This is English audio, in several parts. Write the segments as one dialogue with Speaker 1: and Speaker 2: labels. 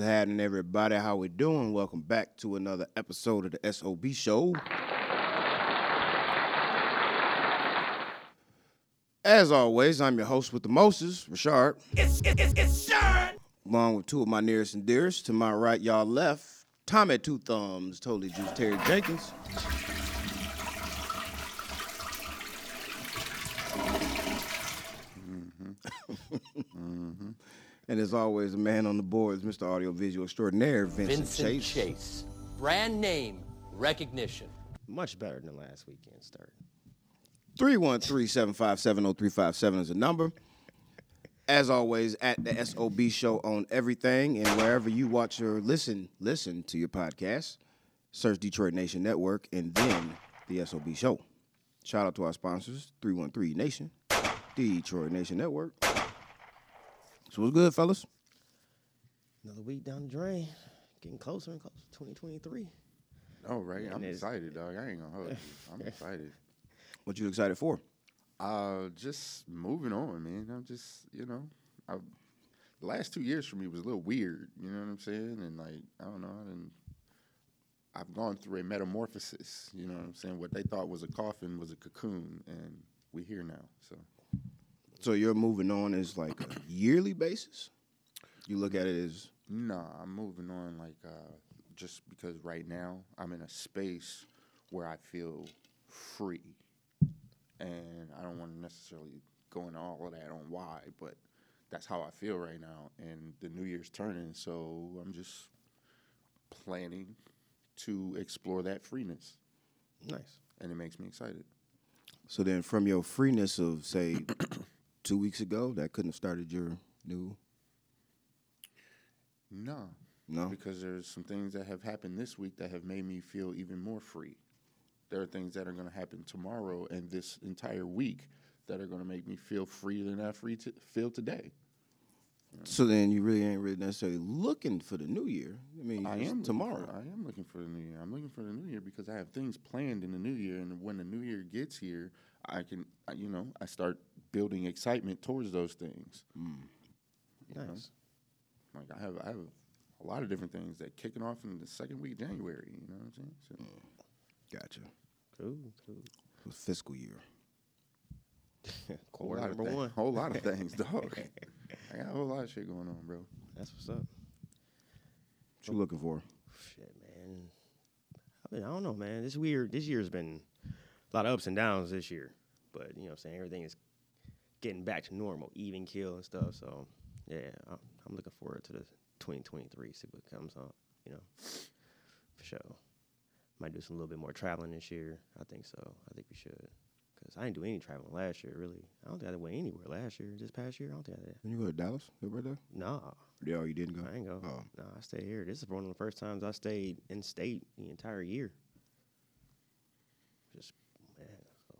Speaker 1: happening, everybody? How we doing? Welcome back to another episode of the SOB Show. As always, I'm your host with the Moses, Rashard.
Speaker 2: It's, it's, it's, it's Shard.
Speaker 1: along with two of my nearest and dearest. To my right, y'all left, Tommy Two Thumbs, Totally Juice Terry Jenkins. and as always, the man on the boards, Mr. Audio Visual Extraordinaire, Vincent,
Speaker 2: Vincent Chase.
Speaker 1: Chase.
Speaker 2: Brand name recognition.
Speaker 3: Much better than last weekend's third.
Speaker 1: 313-757-0357 is the number. As always, at the SOB show on everything and wherever you watch or listen, listen to your podcast. Search Detroit Nation Network and then the SOB show. Shout out to our sponsors, 313 Nation, Detroit Nation Network. So what's good, fellas?
Speaker 3: Another week down the drain, getting closer and closer. 2023.
Speaker 4: All Oh, right, I'm
Speaker 3: it is.
Speaker 4: excited, dog. I ain't gonna hold you. I'm excited.
Speaker 1: What you excited for?
Speaker 4: Uh, just moving on, man. I'm just, you know, I, the last two years for me was a little weird. You know what I'm saying? And like, I don't know. I didn't, I've gone through a metamorphosis. You know what I'm saying? What they thought was a coffin was a cocoon, and we here now. So
Speaker 1: So you're moving on as like a yearly basis? You look at it as
Speaker 4: Nah, I'm moving on. Like, uh, just because right now I'm in a space where I feel free, and I don't want to necessarily go into all of that on why, but that's how I feel right now. And the New Year's turning, so I'm just planning to explore that freeness,
Speaker 3: Nice.
Speaker 4: and it makes me excited.
Speaker 1: So then, from your freeness of say two weeks ago, that couldn't have started your new
Speaker 4: No,
Speaker 1: No?
Speaker 4: because there's some things that have happened this week that have made me feel even more free. There are things that are going to happen tomorrow and this entire week that are going to make me feel freer than I free to feel today.
Speaker 1: So then, you really ain't really necessarily looking for the new year. I mean,
Speaker 4: I
Speaker 1: it's
Speaker 4: am
Speaker 1: tomorrow.
Speaker 4: Looking for, I am looking for the new year. I'm looking for the new year because I have things planned in the new year, and when the new year gets here, I can, I- you know, I start building excitement towards those things.
Speaker 1: Mm.
Speaker 4: You know?
Speaker 3: Nice.
Speaker 4: Like I have, I have a lot of different things that kicking off in the second week of January. You know what I'm saying?
Speaker 1: Mm.
Speaker 4: So,
Speaker 1: Gotcha.
Speaker 3: Cool, cool.
Speaker 1: It was fiscal year.
Speaker 4: whole
Speaker 3: Quarter
Speaker 4: lot, of
Speaker 3: number
Speaker 4: thi-
Speaker 3: one.
Speaker 4: whole lot of things, dog. I got a whole lot of shit going on, bro.
Speaker 3: That's what's up.
Speaker 1: What you looking for?
Speaker 3: Shit, man. I, mean, I don't know, man. This weird. This year's been a lot of ups and downs this year, but you know, what I'm saying everything is getting back to normal, even kill and stuff. So, yeah, I'm, I'm looking forward to the 2023. See what comes on. You know, for sure. Might do some little bit more traveling this year. I think so. I think we should. Cause I didn't do any traveling last year, really. I don't think I went anywhere last year. This past year, I don't think I did.
Speaker 1: Didn't you go to Dallas? Your birthday?
Speaker 3: Nah,
Speaker 1: Yeah, oh, you didn't go.
Speaker 3: I ain't go.
Speaker 1: Oh.
Speaker 3: No, I stayed here. This is one of the first times I stayed in state the entire year. Just man, so,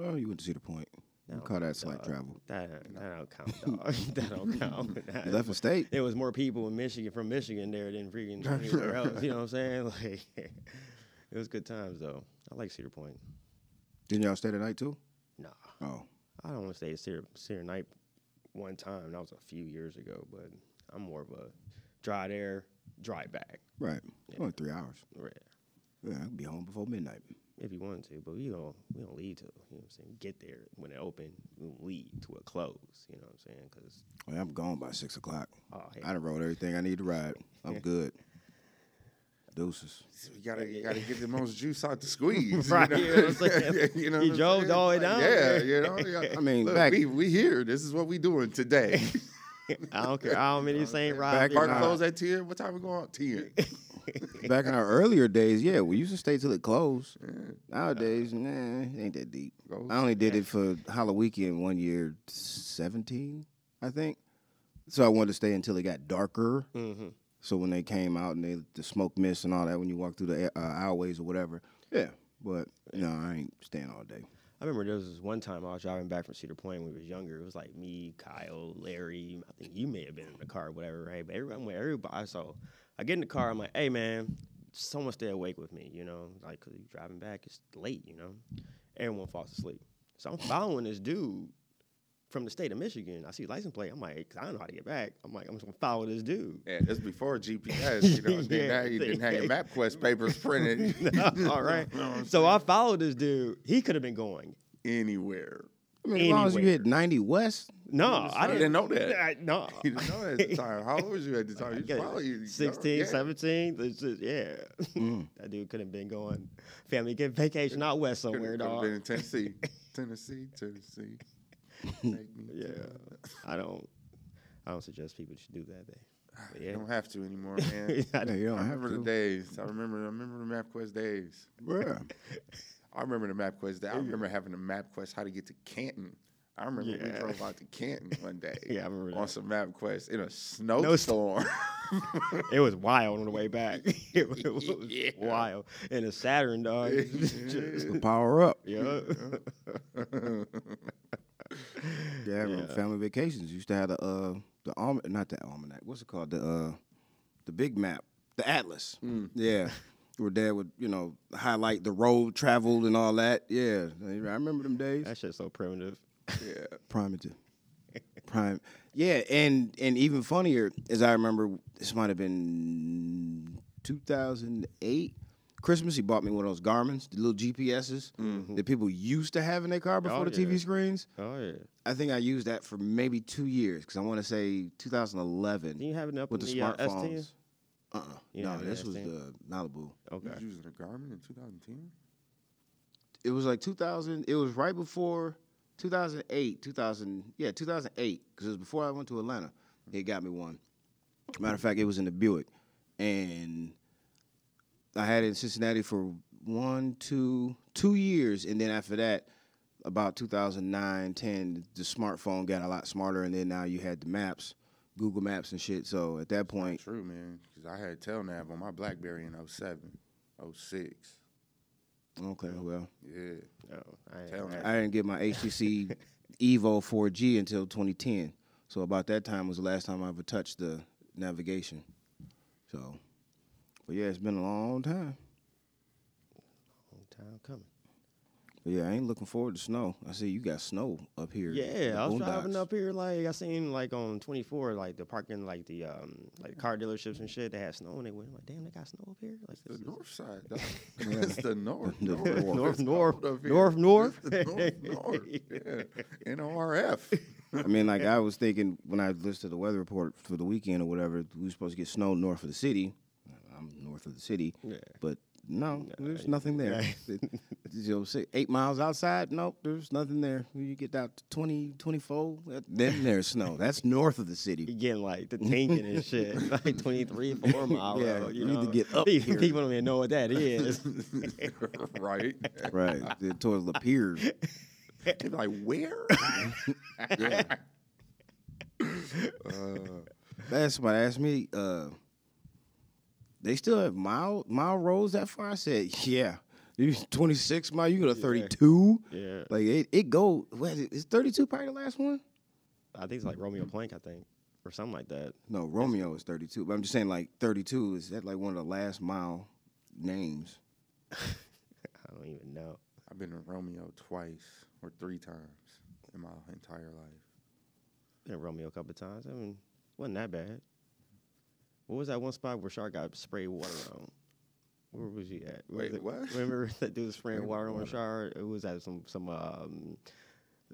Speaker 1: Well, you went to see the point.
Speaker 3: no,
Speaker 1: you call that slight
Speaker 3: dog.
Speaker 1: travel.
Speaker 3: That, that don't count, dog. that don't count.
Speaker 1: You left the state.
Speaker 3: There was more people in Michigan from Michigan there than freaking anywhere else. You know what I'm saying? Like, it was good times though. I like Cedar Point.
Speaker 1: Didn't y'all stay the night too?
Speaker 3: Nah,
Speaker 1: Oh,
Speaker 3: I don't want to stay at Cedar, Cedar Night one time. That was a few years ago, but I'm more of a dried air, drive back.
Speaker 1: right. Only three hours.
Speaker 3: Right.
Speaker 1: Yeah, I could be home before midnight.
Speaker 3: if you want to, but we don't we don't leave till you know what I'm saying. Get there when it open, we don't leave to a close. You know what I'm saying? Because
Speaker 1: Well, I'm gone by six o'clock.
Speaker 3: oh
Speaker 1: I
Speaker 3: hey,
Speaker 1: done rode everything I need to ride. I'm good. Deuces.
Speaker 4: You gotta, you gotta get the most juice out the squeeze.
Speaker 3: Right,
Speaker 4: You
Speaker 3: you
Speaker 4: know,
Speaker 3: know what I'm saying?
Speaker 4: You know
Speaker 3: He
Speaker 4: what
Speaker 3: drove
Speaker 4: I'm
Speaker 3: the
Speaker 4: saying?
Speaker 3: whole way
Speaker 4: Like,
Speaker 3: down
Speaker 4: Yeah,
Speaker 3: there.
Speaker 4: you know. yeah.
Speaker 1: I mean,
Speaker 4: Look,
Speaker 1: back-
Speaker 4: we, we here. This is what we doing today.
Speaker 3: I don't care how many same
Speaker 1: Back
Speaker 3: rides.
Speaker 1: in
Speaker 4: Park
Speaker 1: Nah.
Speaker 4: closed at ten. What time we going out? Ten.
Speaker 1: Back in our earlier days, yeah, we used to stay till it closed. Nowadays, nah, it ain't that deep.
Speaker 4: Go.
Speaker 1: I only did it for Halloween weekend one year, seventeen, I think. So I wanted to stay until it got darker.
Speaker 3: Mm-hmm.
Speaker 1: So when they came out and they the smoke mist and all that, when you walk through the uh, aisleways or whatever, yeah. But no, I ain't staying all day.
Speaker 3: I remember there was this one time I was driving back from Cedar Point when we was younger. It was like me, Kyle, Larry. I think you may have been in the car, or whatever, right? But everyone, everybody. So I get in the car. I'm like, hey man, someone stay awake with me, you know, like 'cause you driving back, it's late, you know. Everyone falls asleep. So I'm following this dude from the state of Michigan. I see license plate. I'm like, 'cause I don't know how to get back. I'm like, I'm just gonna follow this dude.
Speaker 4: Yeah, this before GPS, you know. Then
Speaker 3: Yeah,
Speaker 4: now you didn't have your MapQuest papers printed
Speaker 3: All right. so I followed this dude. He could have been going.
Speaker 4: anywhere.
Speaker 1: I mean, as long as you
Speaker 3: Anywhere.
Speaker 1: hit 90 West,
Speaker 3: No, I
Speaker 4: You
Speaker 3: didn't.
Speaker 4: didn't know that.
Speaker 3: I- no.
Speaker 4: You didn't know that at the time. How old was you at the time? You
Speaker 3: Yeah,
Speaker 4: probably you know,
Speaker 3: 16,
Speaker 4: yeah. Mm.
Speaker 3: 17. It's just, yeah. that dude could have been going family get vacation out west
Speaker 4: Could've-
Speaker 3: somewhere,
Speaker 4: could've
Speaker 3: dog.
Speaker 4: Been in Tennessee, Tennessee, Tennessee. Take me to-
Speaker 3: Yeah. I don't I don't suggest people should do that day. But
Speaker 4: You
Speaker 3: yeah.
Speaker 4: don't have to anymore, man.
Speaker 3: I
Speaker 1: yeah,
Speaker 3: don't-
Speaker 1: you don't
Speaker 4: I
Speaker 1: have
Speaker 4: remember the
Speaker 1: to.
Speaker 4: days. I remember. I remember the MapQuest days.
Speaker 1: Yeah.
Speaker 4: I remember the MapQuest day. I remember having a MapQuest how to get to Canton. I remember we
Speaker 3: Yeah.
Speaker 4: drove out to Canton one day.
Speaker 3: Yeah, I remember
Speaker 4: on
Speaker 3: that.
Speaker 4: some MapQuest in a snowstorm.
Speaker 3: it was wild on the way back. it was, wild. And a Saturn dog. Just-
Speaker 1: Power up.
Speaker 3: yeah.
Speaker 1: Yeah, I remember family vacations. Used to have the uh the alm not the almanac. What's it called? The uh the big map, the atlas. Yeah, where dad would you know highlight the road traveled and all that. Yeah, I remember them days.
Speaker 3: That shit's so primitive.
Speaker 4: yeah.
Speaker 1: Primitive. Prime. Yeah, and and even funnier is I remember this might have been 2008 Christmas. He bought me one of those Garmin's, the little GPSs that people used to have in their car before
Speaker 3: Oh,
Speaker 1: the TV
Speaker 3: yeah.
Speaker 1: screens.
Speaker 3: Oh yeah.
Speaker 1: I think I used that for maybe two years because I want to say 2011
Speaker 3: Didn't you have it up
Speaker 1: with the,
Speaker 3: in the, uh, S10?
Speaker 1: smartphones. Uh uh
Speaker 3: You
Speaker 1: No,
Speaker 3: have an
Speaker 1: this was
Speaker 3: S10?
Speaker 1: the Malibu.
Speaker 4: You
Speaker 3: Okay.
Speaker 4: was using a Garmin in 2010.
Speaker 1: It was like 2000. It was right before 2008, 2000. Yeah, 2008 because it was before I went to Atlanta. He got me one. Matter of fact, it was in the Buick, and I had it in Cincinnati for one, two, two years, and then after that, about 2009, 10, the smartphone got a lot smarter, and then now you had the maps, Google Maps and shit. So at that point,
Speaker 4: True, man. Because I had Telnav on my BlackBerry in 07, 06.
Speaker 1: okay, well,
Speaker 4: Yeah.
Speaker 3: Oh, I, ain't-
Speaker 4: Tell
Speaker 3: I-
Speaker 4: me.
Speaker 1: I didn't get my HTC Evo 4G until 2010. So about that time was the last time I ever touched the navigation. So, but yeah, it's been a long time.
Speaker 3: long time coming.
Speaker 1: But yeah, I ain't looking forward to snow. I see you got snow up here. in the
Speaker 3: Yeah, I was driving
Speaker 1: boondocks.
Speaker 3: up here like I seen like on 24 like the parking like the um like car dealerships and shit they had snow and they went like damn they got snow up here like
Speaker 4: The
Speaker 3: this is-
Speaker 4: north side, dog. it's the north.
Speaker 1: The
Speaker 4: north,
Speaker 3: north,
Speaker 4: It's
Speaker 3: north,
Speaker 4: cold up here.
Speaker 3: north, north.
Speaker 4: It's the north, north. Yeah. NORF.
Speaker 1: I mean, like I was thinking when I listened to the weather report for the weekend or whatever, we were supposed to get snow north of the city. I'm north of the city,
Speaker 3: Yeah.
Speaker 1: but no, there's nothing there. It- you know, say eight miles outside, nope, there's nothing there. When You get out to 20, 24, that- then there's snow. That's north of the
Speaker 3: You
Speaker 1: city.
Speaker 3: getting like the thinking and shit like 23 4 mile
Speaker 1: Yeah,
Speaker 3: road, you,
Speaker 1: you need to
Speaker 3: know?
Speaker 1: get up
Speaker 3: people,
Speaker 1: here.
Speaker 3: people don't even know what that is
Speaker 4: right?
Speaker 1: Right, the- towards Lapeer.
Speaker 4: They're like, where?
Speaker 1: That's somebody asked me, uh, they still have mile mile roads that far? I said, yeah. You 26 mile, you go to 32.
Speaker 3: yeah
Speaker 1: Like it, it go. What is, it, is thirty two probably the last one?
Speaker 3: I think it's like Romeo Plank I think or something like that
Speaker 1: No, Romeo is thirty two. But I'm just saying, like thirty two is that like one of the last mile names?
Speaker 3: I don't even know
Speaker 4: I've been to Romeo twice or three times in my entire life.
Speaker 3: been to Romeo a couple of times I mean wasn't that bad what was that one spot where Shark got sprayed water on where was he at Was
Speaker 4: Wait,
Speaker 3: it-
Speaker 4: what?
Speaker 3: Remember that dude was spraying
Speaker 4: Spraying
Speaker 3: water on
Speaker 4: water.
Speaker 3: Rashard? It was at some some um,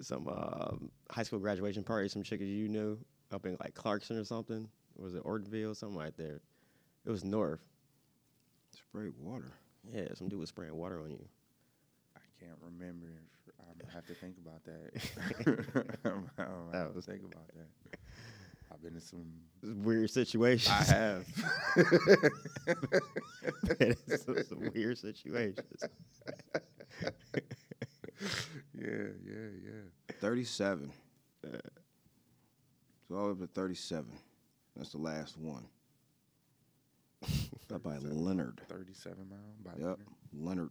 Speaker 3: some um, high school graduation party. Some chick that you knew up in like Clarkson or something. Or was it Ortonville? Something right there. It was north.
Speaker 1: Spray water.
Speaker 3: Yeah, some dude was spraying water on you.
Speaker 4: I can't remember. I'm gonna have to think about that. I'm, I'm gonna have to
Speaker 3: was-
Speaker 4: think about that. I've been in some.
Speaker 3: It was weird situations.
Speaker 4: I have.
Speaker 3: It's some, some weird situations.
Speaker 4: yeah, yeah, yeah.
Speaker 1: Thirty seven. Uh. So all up to thirty seven. That's the last one. That by Leonard.
Speaker 4: 37 mile. By
Speaker 1: Yep, Leonard.
Speaker 4: Leonard.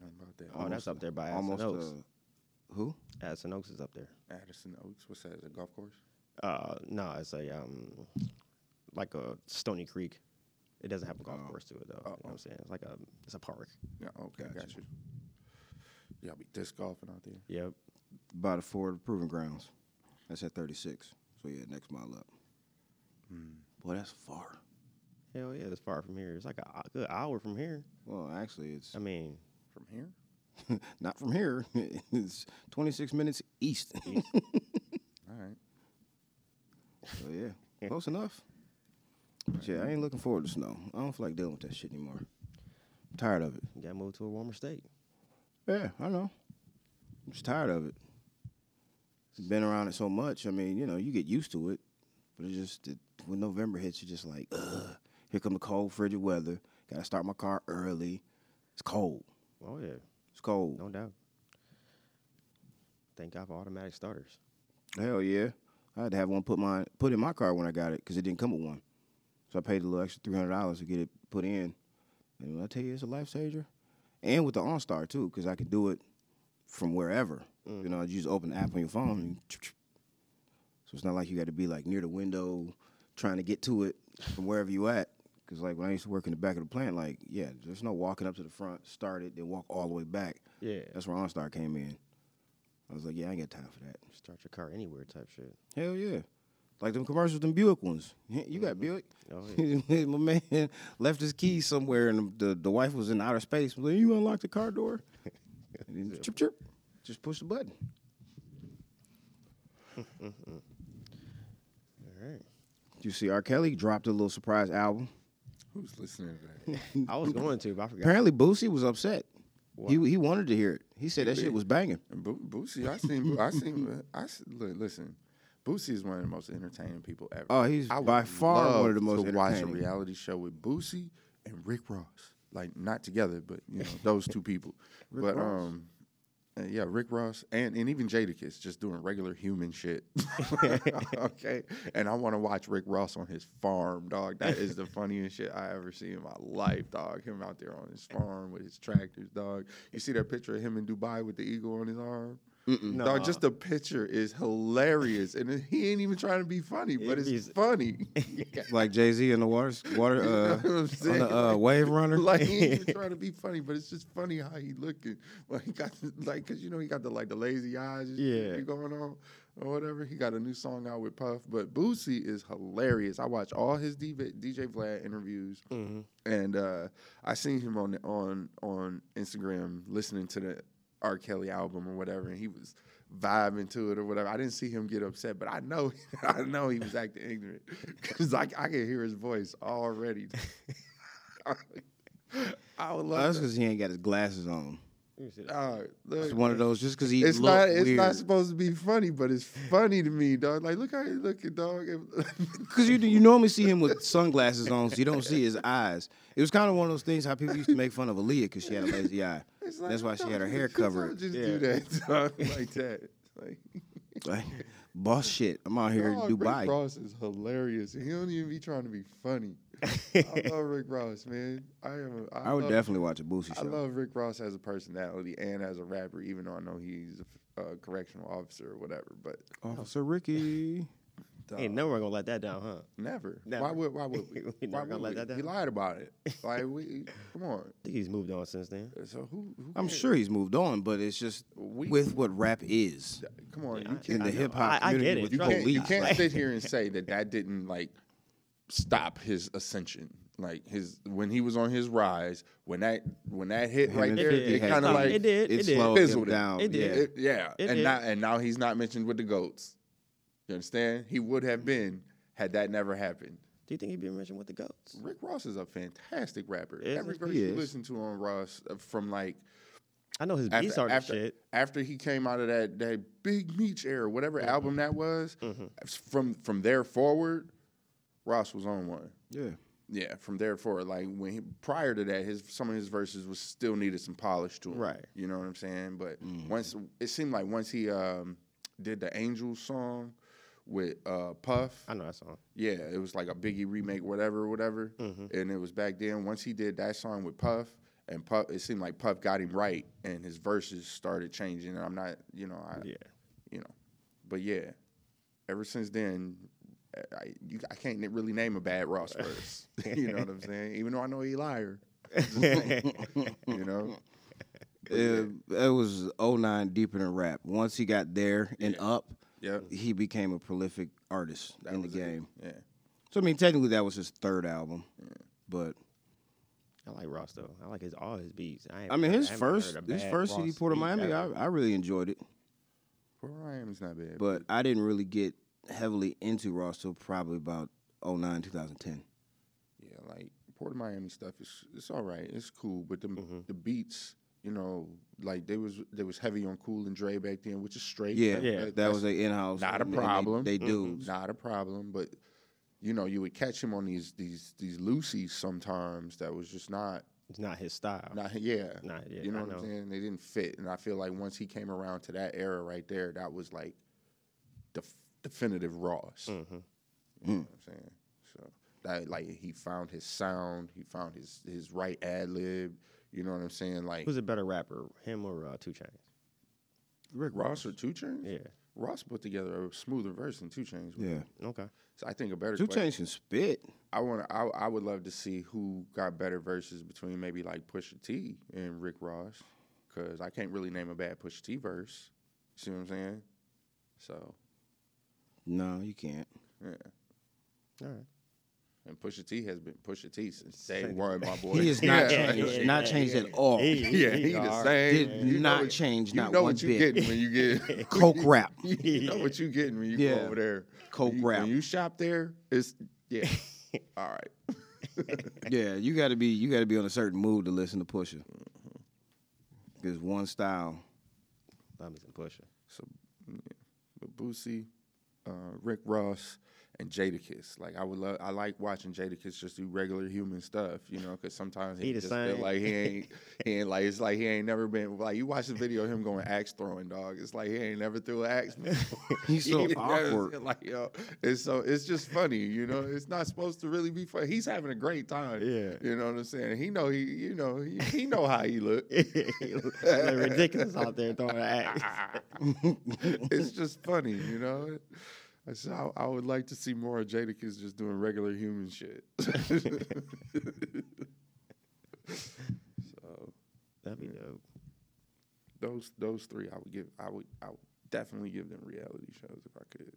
Speaker 4: I don't know about that.
Speaker 3: Oh, that's up there by
Speaker 1: Almost.
Speaker 3: Almost Oaks.
Speaker 1: uh, who?
Speaker 3: Addison Oaks is up there.
Speaker 4: Addison Oaks. What's that? Is it a golf course?
Speaker 3: Uh, no, it's a um, like a Stony Creek. It doesn't have a golf course to it though. You know what I'm saying? It's like a it's a park.
Speaker 4: Yeah. Okay. Gotcha. Y'all be disc golfing out there.
Speaker 3: Yep.
Speaker 1: By the Ford Proving Grounds. That's at 36. So yeah, next mile up. Hmm. Boy, that's far.
Speaker 3: Hell yeah, that's far from here. It's like a h- good hour from here.
Speaker 1: Well, actually, it's
Speaker 3: I mean,
Speaker 4: From here?
Speaker 1: not from here. it's 26 minutes east.
Speaker 4: All right.
Speaker 1: so yeah, close enough. But yeah, I ain't looking forward to snow. I don't feel like dealing with that shit anymore. I'm tired of it.
Speaker 3: you gotta move to a warmer state.
Speaker 1: Yeah, I know. I'm just tired of it. Been around it so much. I mean, you know, you get used to it, but it just it, when November hits, you're just like, Ugh, here come the cold, frigid weather. Got to start my car early. It's cold.
Speaker 3: Oh yeah,
Speaker 1: It's cold.
Speaker 3: no doubt. Thank God for automatic starters.
Speaker 1: Hell yeah. I had to have one put mine put in my car when I got it because it didn't come with one. So I paid a little extra three hundred dollars to get it put in. And when I tell you it's a lifesaver, and with the OnStar too, because I could do it from wherever. You know, you just open the app on your phone. And so it's not like you got to be like near the window trying to get to it from wherever you at. Because like when I used to work in the back of the plant, like yeah, there's no walking up to the front, start it, then walk all the way back.
Speaker 3: Yeah.
Speaker 1: that's where OnStar came in. I was like, yeah, I ain't got time for that.
Speaker 3: Start your car anywhere type shit.
Speaker 1: Hell yeah. Like them commercials, them Buick ones. Yeah, You
Speaker 4: Mm-hmm.
Speaker 1: got Buick.
Speaker 3: Oh,
Speaker 1: My man left his keys somewhere, and the, the wife was in outer space. Was like, you unlock the car door? And then chirp, chirp. Just push the button.
Speaker 3: All right.
Speaker 1: You see, R. Kelly dropped a little surprise album.
Speaker 4: Who's listening to that?
Speaker 3: I was going to, but I forgot.
Speaker 1: Apparently, Boosie was upset. He he wanted to hear it. He said that shit was banging.
Speaker 4: And Bo- Boosie, I seen, I seen, I s- li- listen. Boosie is one of the most entertaining people ever.
Speaker 1: Oh, he's
Speaker 4: I would
Speaker 1: by far one of the
Speaker 4: love
Speaker 1: most
Speaker 4: to watch a
Speaker 1: entertaining.
Speaker 4: reality show with Boosie and Rick Ross, like not together, but you know those two people. but
Speaker 1: Ross.
Speaker 4: um, uh, yeah, Rick Ross and and even Jadakiss just doing regular human shit. okay, and I want to watch Rick Ross on his farm, dog. That is the funniest shit I ever see in my life, dog. Him out there on his farm with his tractors, dog. You see that picture of him in Dubai with the eagle on his arm. Dog, just the picture is hilarious, and he ain't even trying to be funny, but it's
Speaker 3: He's-
Speaker 4: funny.
Speaker 1: Like Jay Z in the water water uh,
Speaker 4: what I'm
Speaker 1: on
Speaker 4: saying?
Speaker 1: the uh, wave runner.
Speaker 4: Like he ain't even trying to be funny, but it's just funny how he looking. Like he got the, like, cause you know he got the like the lazy eyes, and shit
Speaker 3: Yeah.
Speaker 4: be going on or whatever. He got a new song out with Puff, but Boosie is hilarious. I watch all his DJ, DJ Vlad interviews, and uh, I seen him on on on Instagram listening to the R. Kelly album or whatever, and he was vibing to it or whatever. I didn't see him get upset, but I know I know he was acting ignorant because like I can hear his voice already. I would love
Speaker 1: That's
Speaker 4: that.
Speaker 1: because he ain't got his glasses on.
Speaker 4: Dog, look,
Speaker 1: It's one of those just because he
Speaker 4: it's
Speaker 1: look
Speaker 4: not it's
Speaker 1: weird.
Speaker 4: not supposed to be funny, but it's funny to me, dog. Like look how you looking, dog.
Speaker 1: Because you do- you normally see him with sunglasses on, so you don't see his eyes. It was kind of one of those things how people used to make fun of Aaliyah because she had a lazy eye.
Speaker 4: It's like,
Speaker 1: That's why she had her
Speaker 4: dog,
Speaker 1: hair
Speaker 4: just-
Speaker 1: covered.
Speaker 4: Just do that, dog, like that. Like,
Speaker 1: Like, boss shit, I'm out here
Speaker 4: dog,
Speaker 1: in
Speaker 4: Oh, Rick
Speaker 1: Dubai.
Speaker 4: Ross is hilarious. He don't even be trying to be funny. I love Rick Ross, man. I am. I,
Speaker 1: I would
Speaker 4: love,
Speaker 1: definitely watch a Boosie
Speaker 4: I
Speaker 1: show.
Speaker 4: love Rick Ross as a personality and as a rapper, even though I know he's a uh, correctional officer or whatever. But
Speaker 1: Officer Ricky.
Speaker 4: dog,
Speaker 3: Ain't never gonna let that down, huh?
Speaker 4: Never. Why
Speaker 3: Never.
Speaker 4: would why would we?
Speaker 3: We
Speaker 4: why
Speaker 3: never gonna
Speaker 4: would
Speaker 3: let
Speaker 4: we?
Speaker 3: that
Speaker 4: He
Speaker 3: down.
Speaker 4: lied about it. Like we come on.
Speaker 3: I think he's moved on since then.
Speaker 4: So who, who
Speaker 1: I'm
Speaker 4: cares?
Speaker 1: sure he's moved on, but it's just
Speaker 4: We-
Speaker 1: with what rap is
Speaker 4: come
Speaker 3: Yeah,
Speaker 4: on, you
Speaker 3: I-
Speaker 1: in
Speaker 4: can't
Speaker 1: the
Speaker 3: know.
Speaker 1: hip hop
Speaker 3: I- I get
Speaker 1: community
Speaker 3: it.
Speaker 1: with
Speaker 4: you can't, you
Speaker 1: police.
Speaker 4: can't
Speaker 1: like,
Speaker 4: sit here and say that that didn't like stop his ascension. Like his when he was on his rise, when that when that hit right
Speaker 1: and
Speaker 4: there,
Speaker 1: 50
Speaker 4: it
Speaker 1: had
Speaker 4: kind of
Speaker 1: stopped.
Speaker 4: like
Speaker 3: It did.
Speaker 1: it
Speaker 3: did.
Speaker 1: slowed him
Speaker 4: fizzled it.
Speaker 1: down.
Speaker 3: It
Speaker 1: yeah.
Speaker 3: did.
Speaker 4: It- yeah,
Speaker 3: It
Speaker 4: and
Speaker 3: did.
Speaker 4: now and now he's not mentioned with the goats. You understand? He would have been had that never happened.
Speaker 3: Do you think he'd be mentioned with the goats?
Speaker 4: Rick Ross is a fantastic rapper.
Speaker 3: Isn't
Speaker 4: Every
Speaker 3: he?
Speaker 4: verse
Speaker 1: He
Speaker 4: you
Speaker 1: is.
Speaker 4: listen to on Ross uh, from like
Speaker 3: I know his beats
Speaker 4: after
Speaker 3: are the
Speaker 4: after,
Speaker 3: shit.
Speaker 4: after he came out of that that Big Meech era, whatever
Speaker 3: Mm-hmm.
Speaker 4: album that was, s- from from there forward, Ross was on one.
Speaker 1: yeah.
Speaker 4: Yeah, from there forward, like when he, prior to that, his some of his verses was still needed some polish to him.
Speaker 3: Right. Mm-hmm.
Speaker 4: You know what I'm saying? But once it seemed like once he um, did the Angels song with uh, Puff,
Speaker 3: I know that song.
Speaker 4: yeah, it was like a Biggie remake, whatever, whatever. And it was back then. Once he did that song with Puff, and Puff, it seemed like Puff got him right, and his verses started changing. And I'm not, you know, I,
Speaker 3: Yeah.
Speaker 4: you know, but yeah, ever since then, I- I you, I can't n- really name a bad Ross verse. you know what I'm saying? Even though I know he liar, you know.
Speaker 1: oh It, it was 09 deeper than rap. Once he got there and up,
Speaker 4: Yep.
Speaker 1: he became a prolific artist
Speaker 4: That
Speaker 1: in the
Speaker 4: was it.
Speaker 1: game.
Speaker 4: Yeah.
Speaker 1: So I mean, technically that was his third album, but
Speaker 3: I like Ross though. I like his all his beats. I, ain't-
Speaker 1: I mean his
Speaker 3: haven't heard
Speaker 1: first
Speaker 3: a
Speaker 1: his
Speaker 3: bad
Speaker 1: first CD
Speaker 3: Ross
Speaker 1: Port of
Speaker 3: beat
Speaker 1: Miami, I,
Speaker 3: ever.
Speaker 1: I really enjoyed it,
Speaker 4: Well, Miami's not bad.
Speaker 1: but I didn't really get heavily into Ross till probably about 09, 2010.
Speaker 4: Yeah, like Port of Miami stuff is it's all right. It's cool, but the
Speaker 1: Mm-hmm.
Speaker 4: the beats, you know, like they was they was heavy on Cool and Dre back then, which is straight.
Speaker 1: Yeah,
Speaker 3: Yeah.
Speaker 1: that was
Speaker 4: that's
Speaker 1: a Mm-hmm. in house.
Speaker 4: not a problem.
Speaker 1: They, do.
Speaker 4: not a problem, but you know, you would catch him on these these these Lucy's sometimes that was just not
Speaker 3: It's not his style.
Speaker 4: not yeah.
Speaker 3: Oh. Not- yeah,
Speaker 4: you know
Speaker 3: I
Speaker 4: what
Speaker 3: know.
Speaker 4: I'm saying? They didn't fit, and I feel like once he came around to that era right there, that was like the definitive Ross.
Speaker 3: Mm-hmm.
Speaker 4: You know what I'm saying? So that like he found his sound, he found his his right ad lib. You know what I'm saying? Like
Speaker 3: Who's a better rapper, him or uh, Two Chainz?
Speaker 4: Rick Ross or Two Chainz?
Speaker 3: Yeah.
Speaker 4: Ross put together a smoother verse than Two Chainz. would.
Speaker 1: Yeah,
Speaker 3: Okay.
Speaker 4: So I think a better
Speaker 1: Two
Speaker 4: question-
Speaker 1: Chainz can spit.
Speaker 4: I want to. I, I would love to see who got better verses between maybe like Pusha T and Rick Ross, because I can't really name a bad Pusha T verse. See what I'm saying? So
Speaker 1: No, you can't.
Speaker 4: yeah,
Speaker 3: All right.
Speaker 4: and Pusha T has been Pusha T since day one, my boy.
Speaker 1: He has not
Speaker 4: yeah.
Speaker 1: changed. not changed at all.
Speaker 4: Yeah, he the same.
Speaker 1: Did
Speaker 4: You know
Speaker 1: not
Speaker 4: what-
Speaker 1: change,
Speaker 4: You
Speaker 1: not
Speaker 4: know
Speaker 1: one
Speaker 4: what you
Speaker 1: bit.
Speaker 4: getting when you get
Speaker 1: Coke rap.
Speaker 4: you know what you getting when you
Speaker 1: Yeah.
Speaker 4: go over there.
Speaker 1: Coke
Speaker 4: When you-
Speaker 1: rap.
Speaker 4: When you shop there, it's yeah. All right.
Speaker 1: Yeah, you got to be you got to be on a certain mood to listen to Pusha. There's one style.
Speaker 3: Bums and Pusha.
Speaker 4: So, yeah. but Boosie, uh, Rick Ross, and Jadakiss. Like I would love, I like watching Jadakiss just do regular human stuff, you know, because sometimes he,
Speaker 3: He the
Speaker 4: just feel
Speaker 3: same.
Speaker 4: like he ain't, he ain't like it's like he ain't never been like you watch the video of him going axe throwing dog. It's like he ain't never threw an axe. before.
Speaker 1: He's so
Speaker 4: He never-
Speaker 1: awkward.
Speaker 4: Like yo, it's so it's just funny, you know. It's not supposed to really be funny. He's having a great time.
Speaker 3: Yeah.
Speaker 4: you know what I'm saying. He know he, you know, he, he know how he look.
Speaker 3: He look ridiculous out there throwing an axe.
Speaker 4: it's just funny, you know. I said I, I would like to see more of Jadakiss just doing regular human shit. so
Speaker 3: That'd be dope.
Speaker 4: those those three, I would give. I would I would definitely give them reality shows if I could.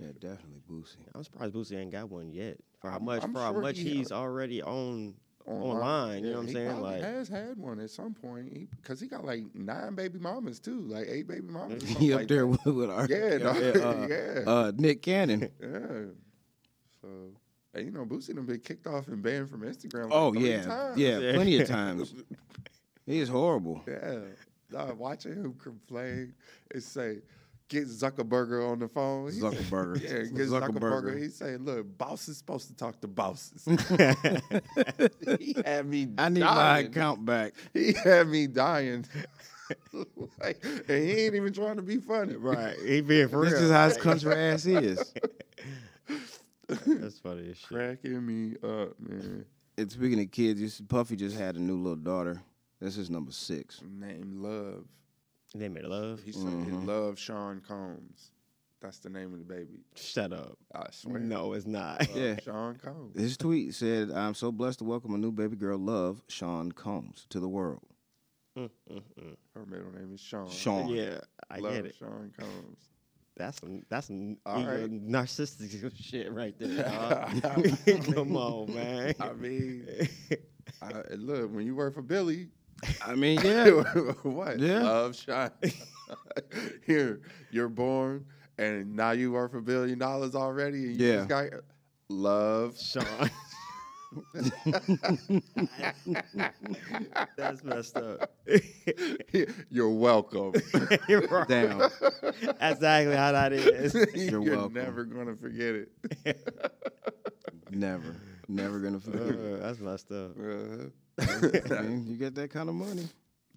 Speaker 1: Yeah, definitely Boosie.
Speaker 3: I'm surprised Boosie ain't got one yet. For how
Speaker 4: I'm-
Speaker 3: much?
Speaker 4: I'm
Speaker 3: for how
Speaker 4: sure
Speaker 3: much
Speaker 4: he-
Speaker 3: he's already on online. you know what I'm
Speaker 4: he
Speaker 3: saying?
Speaker 4: probably
Speaker 3: Like,
Speaker 4: has had one at some point because he, got like nine baby mamas too, like eight baby mamas. or
Speaker 1: He
Speaker 4: something
Speaker 1: up
Speaker 4: like
Speaker 1: there with, with our
Speaker 4: Yeah, dog.
Speaker 1: uh,
Speaker 4: Yeah.
Speaker 1: uh, Nick Cannon.
Speaker 4: Yeah. So, and you know, Boosie done been kicked off and banned from Instagram. Like
Speaker 1: Oh
Speaker 4: three
Speaker 1: yeah,
Speaker 4: times.
Speaker 1: yeah, plenty of times. He is horrible.
Speaker 4: Yeah. Dog, watching him complain and say, get Zuckerberger on the phone. He-
Speaker 1: Zuckerberger.
Speaker 4: Yeah, get Zuckerberger.
Speaker 1: Zuckerberger.
Speaker 4: He say, look, boss is supposed to talk to bosses. he had me
Speaker 1: I need my
Speaker 4: dying.
Speaker 1: account back.
Speaker 4: He had me dying. like, and he ain't even trying to be funny.
Speaker 3: right? He being for
Speaker 1: This
Speaker 3: real.
Speaker 1: is how his country ass is.
Speaker 3: That's funny as shit.
Speaker 4: Cracking me up, man.
Speaker 1: And speaking of kids, this- Puffy just had a new little daughter. This is number six.
Speaker 4: Name Love.
Speaker 3: They made love.
Speaker 4: He said
Speaker 1: Mm-hmm.
Speaker 4: he loved Sean Combs. That's the name of the baby.
Speaker 3: Shut up.
Speaker 4: I swear.
Speaker 3: No, it's not.
Speaker 4: Love
Speaker 1: Yeah.
Speaker 4: Sean Combs.
Speaker 1: His tweet said, "I'm so blessed to welcome a new baby girl, Love Sean Combs, to the world."
Speaker 4: Her middle name is Sean.
Speaker 1: Sean.
Speaker 3: yeah, I
Speaker 4: Love
Speaker 3: get it.
Speaker 4: Sean Combs.
Speaker 3: That's some, that's some
Speaker 4: All
Speaker 3: ego-
Speaker 4: right.
Speaker 3: narcissistic shit right there. dog. Come on, man.
Speaker 4: I mean, I, look, when you work for Billy,
Speaker 1: I mean, yeah,
Speaker 4: what?
Speaker 1: Yeah.
Speaker 4: Love Sean. Here, you're born, and now you work for a billion dollars already, and you
Speaker 1: Yeah.
Speaker 4: just got love.
Speaker 3: Sean. That's messed up.
Speaker 4: you're welcome.
Speaker 3: You're right.
Speaker 1: damn.
Speaker 3: That's exactly how that is. Uh,
Speaker 4: you're
Speaker 1: welcome.
Speaker 4: never gonna forget it.
Speaker 1: Never, never gonna forget.
Speaker 3: Uh, that's messed up.
Speaker 4: Uh,
Speaker 1: I mean, you get that kind of money.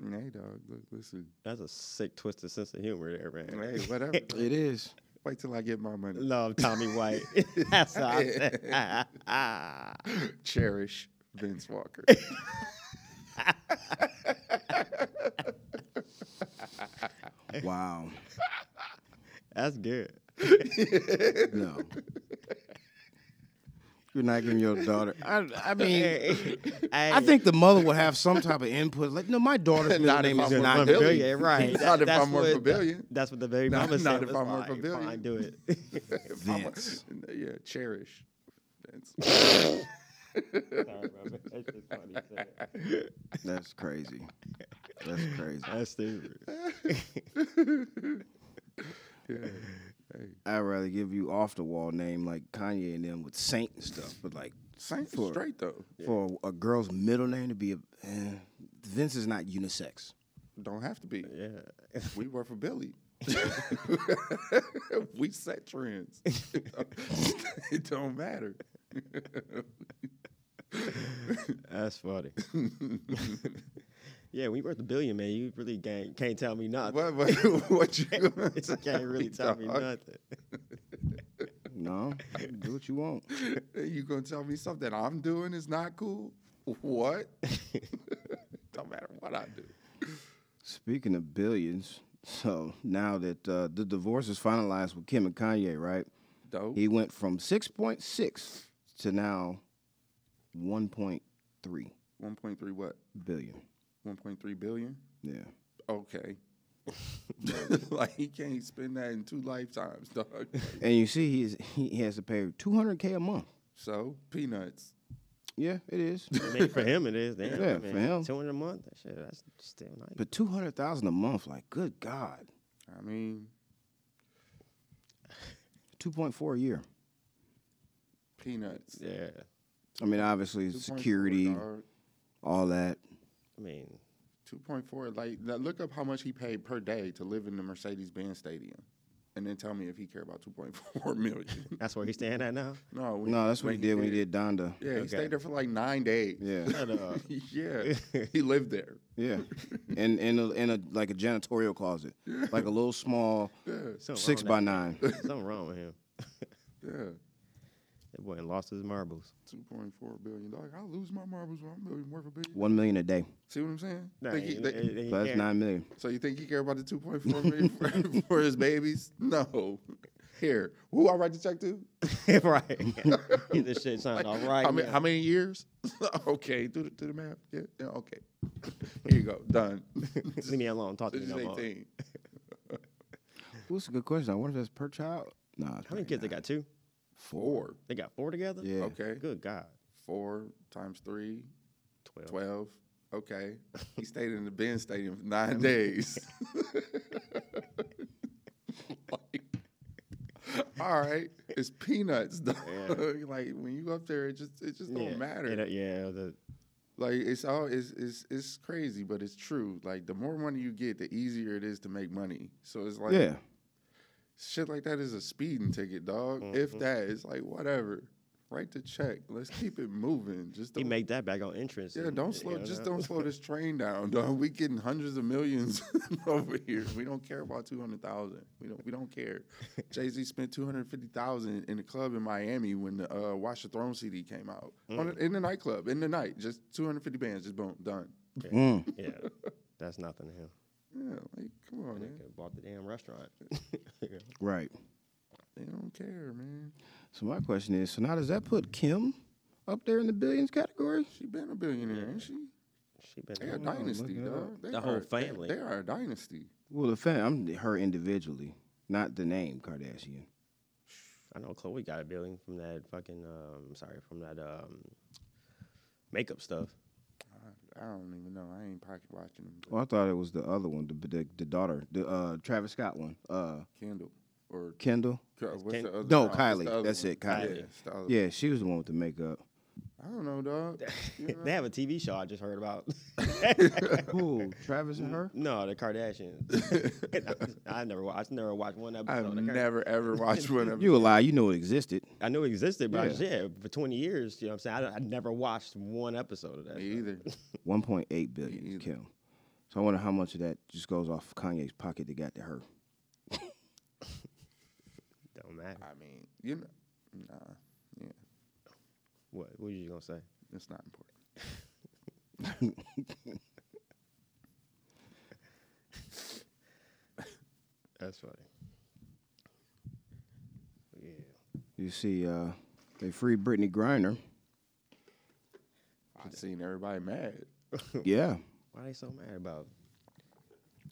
Speaker 4: hey, dog. Look, listen.
Speaker 3: That's a sick, twisted sense of humor there, man.
Speaker 4: Hey, whatever.
Speaker 1: It is.
Speaker 4: Wait till I get my money.
Speaker 3: Love Tommy White. That's how I said.
Speaker 4: Cherish Vince Walker.
Speaker 1: Wow.
Speaker 3: That's good.
Speaker 1: No. You're not giving your daughter. I, I mean,
Speaker 3: Hey,
Speaker 1: I think the mother would have some type of input. Like, no, my daughter's middle
Speaker 4: Not if
Speaker 1: name is
Speaker 4: I'm
Speaker 1: not
Speaker 4: Billy.
Speaker 1: Billy.
Speaker 3: Yeah, right.
Speaker 4: Not if
Speaker 3: that's
Speaker 4: I'm worth a
Speaker 3: what-
Speaker 4: billion.
Speaker 3: That's what the baby
Speaker 4: Not-
Speaker 3: mama said.
Speaker 4: not if
Speaker 3: was
Speaker 4: I'm worth a
Speaker 3: fine,
Speaker 4: billion.
Speaker 3: Fine, do it.
Speaker 4: If I'm a-
Speaker 1: Vince.
Speaker 4: yeah, cherish. Vince.
Speaker 1: That's crazy. That's crazy.
Speaker 3: That's stupid.
Speaker 1: I'd rather give you off the wall name like Kanye and them with Saint and stuff, but like
Speaker 4: Saints is
Speaker 1: For-
Speaker 4: straight though.
Speaker 1: for a, a girl's middle name to be a eh, Vince is not unisex.
Speaker 4: Don't have to be.
Speaker 3: Yeah.
Speaker 4: We work for Billy. we set trends. it don't matter.
Speaker 3: That's funny. yeah, when you worth a billion, man, you really can't, can't tell me nothing.
Speaker 4: What, what, what you gonna
Speaker 3: you can't really tell me
Speaker 4: dog?
Speaker 3: nothing.
Speaker 1: No, do what you want.
Speaker 4: You gonna tell me something I'm doing is not cool? What? don't matter what I do.
Speaker 1: Speaking of billions, so now that uh, the divorce is finalized with Kim and Kanye, right?
Speaker 4: Dope.
Speaker 1: He went from six point six to now one point three
Speaker 4: 1.3 what?
Speaker 1: billion.
Speaker 4: 1.3 billion?
Speaker 1: Yeah.
Speaker 4: Okay. like he can't spend that in two lifetimes, dog.
Speaker 1: And you see, he's, he has to pay 200K a month.
Speaker 4: So peanuts.
Speaker 1: Yeah, it is.
Speaker 3: I mean, for him it is. Damn,
Speaker 1: Yeah,
Speaker 3: I
Speaker 1: for
Speaker 3: mean,
Speaker 1: him.
Speaker 3: Two hundred a month. That shit, that's still nice.
Speaker 1: But 200,000 a month, like, good God.
Speaker 4: I mean,
Speaker 1: 2.4 a year.
Speaker 4: peanuts.
Speaker 3: yeah,
Speaker 1: I mean, obviously,
Speaker 4: 2.4,
Speaker 1: security,
Speaker 4: dog.
Speaker 1: all that.
Speaker 3: I mean,
Speaker 4: 2.4. Like, now look up how much he paid per day to live in the Mercedes Benz Stadium. And then tell me if he cared about 2.4 million.
Speaker 3: that's where he's staying at now.
Speaker 4: no, when-
Speaker 1: No, that's what he did when he did Donda.
Speaker 4: Yeah, he
Speaker 3: Okay.
Speaker 4: stayed there for like nine days.
Speaker 1: Yeah.
Speaker 4: yeah. He lived there.
Speaker 1: Yeah. And in a, in a like a janitorial closet, like a little small
Speaker 3: Something wrong
Speaker 1: six
Speaker 3: with
Speaker 1: by
Speaker 3: that-
Speaker 1: nine.
Speaker 3: Something wrong with him.
Speaker 4: Yeah.
Speaker 3: That boy done lost his marbles.
Speaker 4: 2.4 billion. Dog, I'll lose my marbles when I'm million worth a billion.
Speaker 1: One million a day.
Speaker 4: See what I'm saying?
Speaker 3: Nah,
Speaker 4: Think he-
Speaker 3: he-
Speaker 4: think-
Speaker 3: he- he
Speaker 1: So that's
Speaker 3: can't-
Speaker 1: nine million.
Speaker 4: so you think he care about the 2.4 million for, for his babies? No. Here. Who I write the check to?
Speaker 3: right. this shit sound all right.
Speaker 4: how, many,
Speaker 3: now.
Speaker 4: how many years? okay, do the, do the math. Yeah, yeah, okay. Here you go. Done.
Speaker 3: Leave me alone. Talk to
Speaker 4: This
Speaker 3: me
Speaker 4: is
Speaker 3: no more.
Speaker 4: 18.
Speaker 1: Well, that's a good question. I wonder if that's per child. Nah.
Speaker 3: How many kids they got? Two.
Speaker 4: Four.
Speaker 3: They got four together. Oh,
Speaker 1: Yeah.
Speaker 4: Okay.
Speaker 3: Good God.
Speaker 4: Four times three,
Speaker 3: Twelve.
Speaker 4: 12. Okay. He stayed in the Ben Stadium for nine days. Like, all right. It's peanuts, though. like, when you up there, it just, it just
Speaker 3: Yeah.
Speaker 4: don't matter.
Speaker 3: It, uh, yeah. The,
Speaker 4: Like it's all it's, it's it's crazy, but it's true. Like the more money you get, the easier it is to make money. So it's like
Speaker 1: Yeah.
Speaker 4: shit like that is a speeding ticket, dog. If that, it's like whatever. Write the check. Let's keep it moving. Just
Speaker 3: he
Speaker 4: don't,
Speaker 3: make that back on entrance.
Speaker 4: yeah,
Speaker 3: and, uh,
Speaker 4: don't
Speaker 3: you
Speaker 4: slow.
Speaker 3: know,
Speaker 4: just
Speaker 3: that-
Speaker 4: don't slow this train down, dog. We getting hundreds of millions over here. We don't care about two hundred thousand. We don't. We don't care. Jay Z spent two hundred fifty thousand in the club in Miami when the uh, Watch the Throne CD came out On the- in the nightclub in the night. Just two hundred fifty bands. Just boom, done.
Speaker 1: Mm.
Speaker 3: Yeah. That's nothing to him.
Speaker 4: Yeah, like come on,
Speaker 3: They
Speaker 4: man.
Speaker 3: could've bought the damn restaurant.
Speaker 1: Right.
Speaker 4: They don't care, man.
Speaker 1: So my question is, so now does that put Kim up there in the billions category?
Speaker 4: She been a billionaire, ain't she?
Speaker 3: she been
Speaker 4: They a
Speaker 3: doing-
Speaker 4: dynasty,
Speaker 1: look it
Speaker 4: dog. They
Speaker 3: The
Speaker 4: are-
Speaker 3: whole
Speaker 4: they-
Speaker 3: family.
Speaker 4: They, are a dynasty.
Speaker 1: Well, the fan, I'm her individually, not the name Kardashian.
Speaker 3: I know Chloe got a billion from that fucking um sorry, from that um makeup stuff.
Speaker 4: I, I don't even know. I ain't pocket watching them. but
Speaker 1: Oh, I thought it was the other one, the the, the daughter, the uh, Travis Scott one, uh,
Speaker 4: Kendall or
Speaker 1: Kendall.
Speaker 4: K- what's
Speaker 3: Ken-
Speaker 4: the other?
Speaker 1: No,
Speaker 4: it's the
Speaker 1: Kylie.
Speaker 4: other
Speaker 1: That's
Speaker 4: one.
Speaker 1: it, Kylie.
Speaker 4: Yeah, it's the other
Speaker 1: Yeah, she was the one with the makeup.
Speaker 4: one. I don't know, dog. You know?
Speaker 3: they have a TV show I just heard about.
Speaker 1: Who? Travis and her?
Speaker 3: no, the Kardashians. I, I never watched. I never watched one episode.
Speaker 4: I've
Speaker 3: of the Kar-
Speaker 4: never ever watched one of them.
Speaker 1: You a lie. You know it existed.
Speaker 3: I knew it existed, but I
Speaker 1: Yeah.
Speaker 3: just, yeah, for twenty years, you know what I'm saying. I, don't- I never watched one episode of that.
Speaker 4: Me
Speaker 3: show.
Speaker 4: either.
Speaker 1: 1.8 billion
Speaker 4: Me
Speaker 1: is
Speaker 4: either.
Speaker 1: Kim. So I wonder how much of that just goes off Kanye's pocket that got to her.
Speaker 3: Don't matter.
Speaker 4: I mean, you know, nah, yeah,
Speaker 3: What? What were you gonna say?
Speaker 4: it's not important.
Speaker 3: That's funny. Yeah.
Speaker 1: You see, uh, They freed Brittany Griner.
Speaker 4: I seen everybody mad.
Speaker 1: Yeah,
Speaker 3: Why they so mad about? it?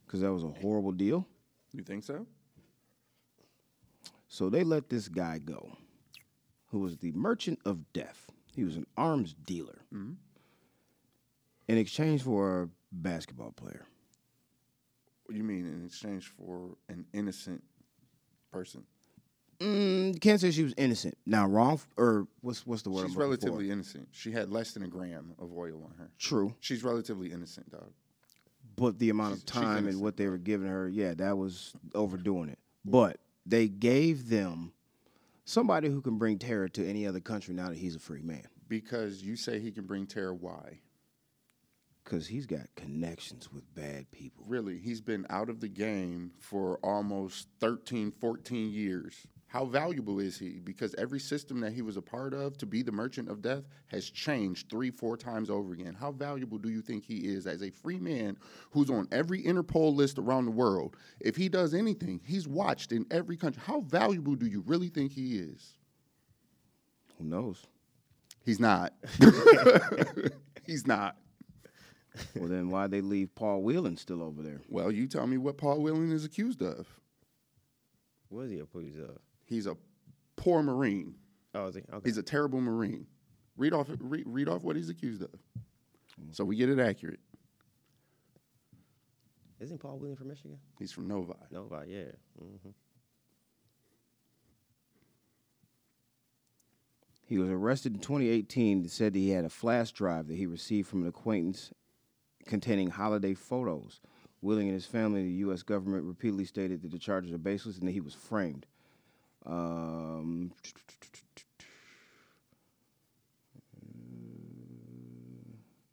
Speaker 1: because that was a horrible deal.
Speaker 4: You think so?
Speaker 1: So they let this guy go, who was the merchant of death. He was an arms dealer
Speaker 4: Mm-hmm.
Speaker 1: in exchange for a basketball player.
Speaker 4: You mean in exchange for an innocent person?
Speaker 1: Mm, can't say she was innocent. Now, wrong f- or what's what's the word?
Speaker 4: She's
Speaker 1: I'm looking
Speaker 4: relatively
Speaker 1: for?
Speaker 4: innocent. She had less than a gram of oil on her.
Speaker 1: true,
Speaker 4: She's relatively innocent, dog.
Speaker 1: but the amount of
Speaker 4: She's- she's
Speaker 1: time and
Speaker 4: innocent,
Speaker 1: what they were giving her, yeah, that was overdoing it. But they gave them somebody who can bring terror to any other country now that he's a free man,
Speaker 4: Because you say he can bring terror. Why?
Speaker 1: because he's got connections with bad people.
Speaker 4: Really, he's been out of the game for almost 13, 14 years. How valuable is he? Because every system that he was a part of to be the merchant of death has changed three, four times over again. How valuable do you think he is as a free man who's on every Interpol list around the world? If he does anything, he's watched in every country. How valuable do you really think he is?
Speaker 1: Who knows?
Speaker 4: He's not. he's not.
Speaker 1: Well, then why they leave Paul Whelan still over there?
Speaker 4: Well, you tell me what Paul Whelan is accused of.
Speaker 3: What is he accused of?
Speaker 4: He's a poor Marine.
Speaker 3: Oh, is he? Okay.
Speaker 4: He's a terrible Marine. Read off, read, read off what he's accused of, so we get it accurate.
Speaker 3: Isn't Paul Williams from Michigan?
Speaker 4: He's from Novi.
Speaker 3: Nobody. Yeah. hmm
Speaker 1: He was arrested in 2018 and said that he had a flash drive that he received from an acquaintance containing holiday photos. Willing and his family, the U.S. government repeatedly stated that the charges are baseless and that he was framed. Um,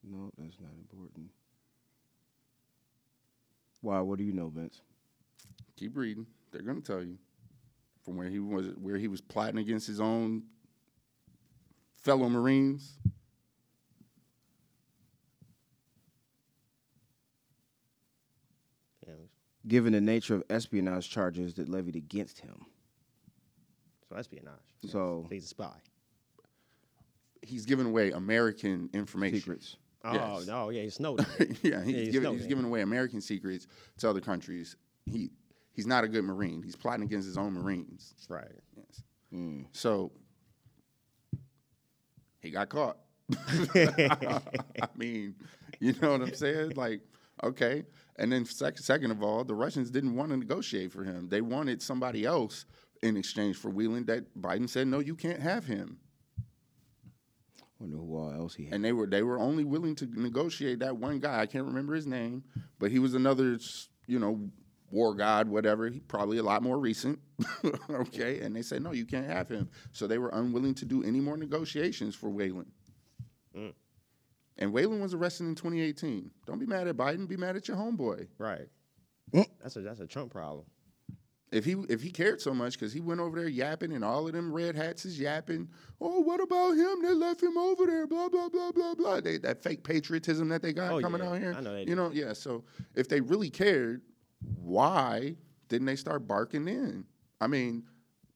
Speaker 1: no, that's not important. Why? What do you know, Vince?
Speaker 4: Keep reading. They're gonna tell you from where he was, where he was plotting against his own fellow Marines.
Speaker 3: Yeah.
Speaker 1: Given the nature of espionage charges that levied against him,
Speaker 3: So espionage.
Speaker 1: so
Speaker 3: He's a spy.
Speaker 4: He's giving away American information.
Speaker 1: secrets.
Speaker 3: Oh
Speaker 4: Yes.
Speaker 3: no. Yeah. He's Snowden.
Speaker 4: yeah,
Speaker 3: he's
Speaker 4: he's, giving, he's
Speaker 3: Snowden.
Speaker 4: giving away American secrets to other countries. He he's not a good Marine. He's plotting against his own Marines.
Speaker 3: right.
Speaker 4: Yes. So he got caught. I mean, you know what I'm saying? Like, okay. And then sec- second of all, the Russians didn't want to negotiate for him. They wanted somebody else in exchange for Wheeling. That Biden said, no, you can't have him.
Speaker 1: Wonder who all else he had.
Speaker 4: And they were they were only willing to negotiate that one guy. I can't remember his name, but he was another, s- you know, war god, whatever. He probably a lot more recent. okay. And they said, no, you can't have him. So they were unwilling to do any more negotiations for Whalen. And Whalen was arrested in 2018. Don't be mad at Biden. Be mad at your homeboy.
Speaker 3: Right.
Speaker 1: Mm.
Speaker 3: That's a that's a Trump problem.
Speaker 4: If he if he cared so much, because he went over there yapping, and all of them red hats is yapping. Oh, what about him? They left him over there. Blah blah blah blah blah. They, that fake patriotism that they got
Speaker 3: Oh,
Speaker 4: coming
Speaker 3: yeah.
Speaker 4: out here.
Speaker 3: I know they
Speaker 4: you
Speaker 3: do.
Speaker 4: know, yeah. So if they really cared, why didn't they start barking in? I mean,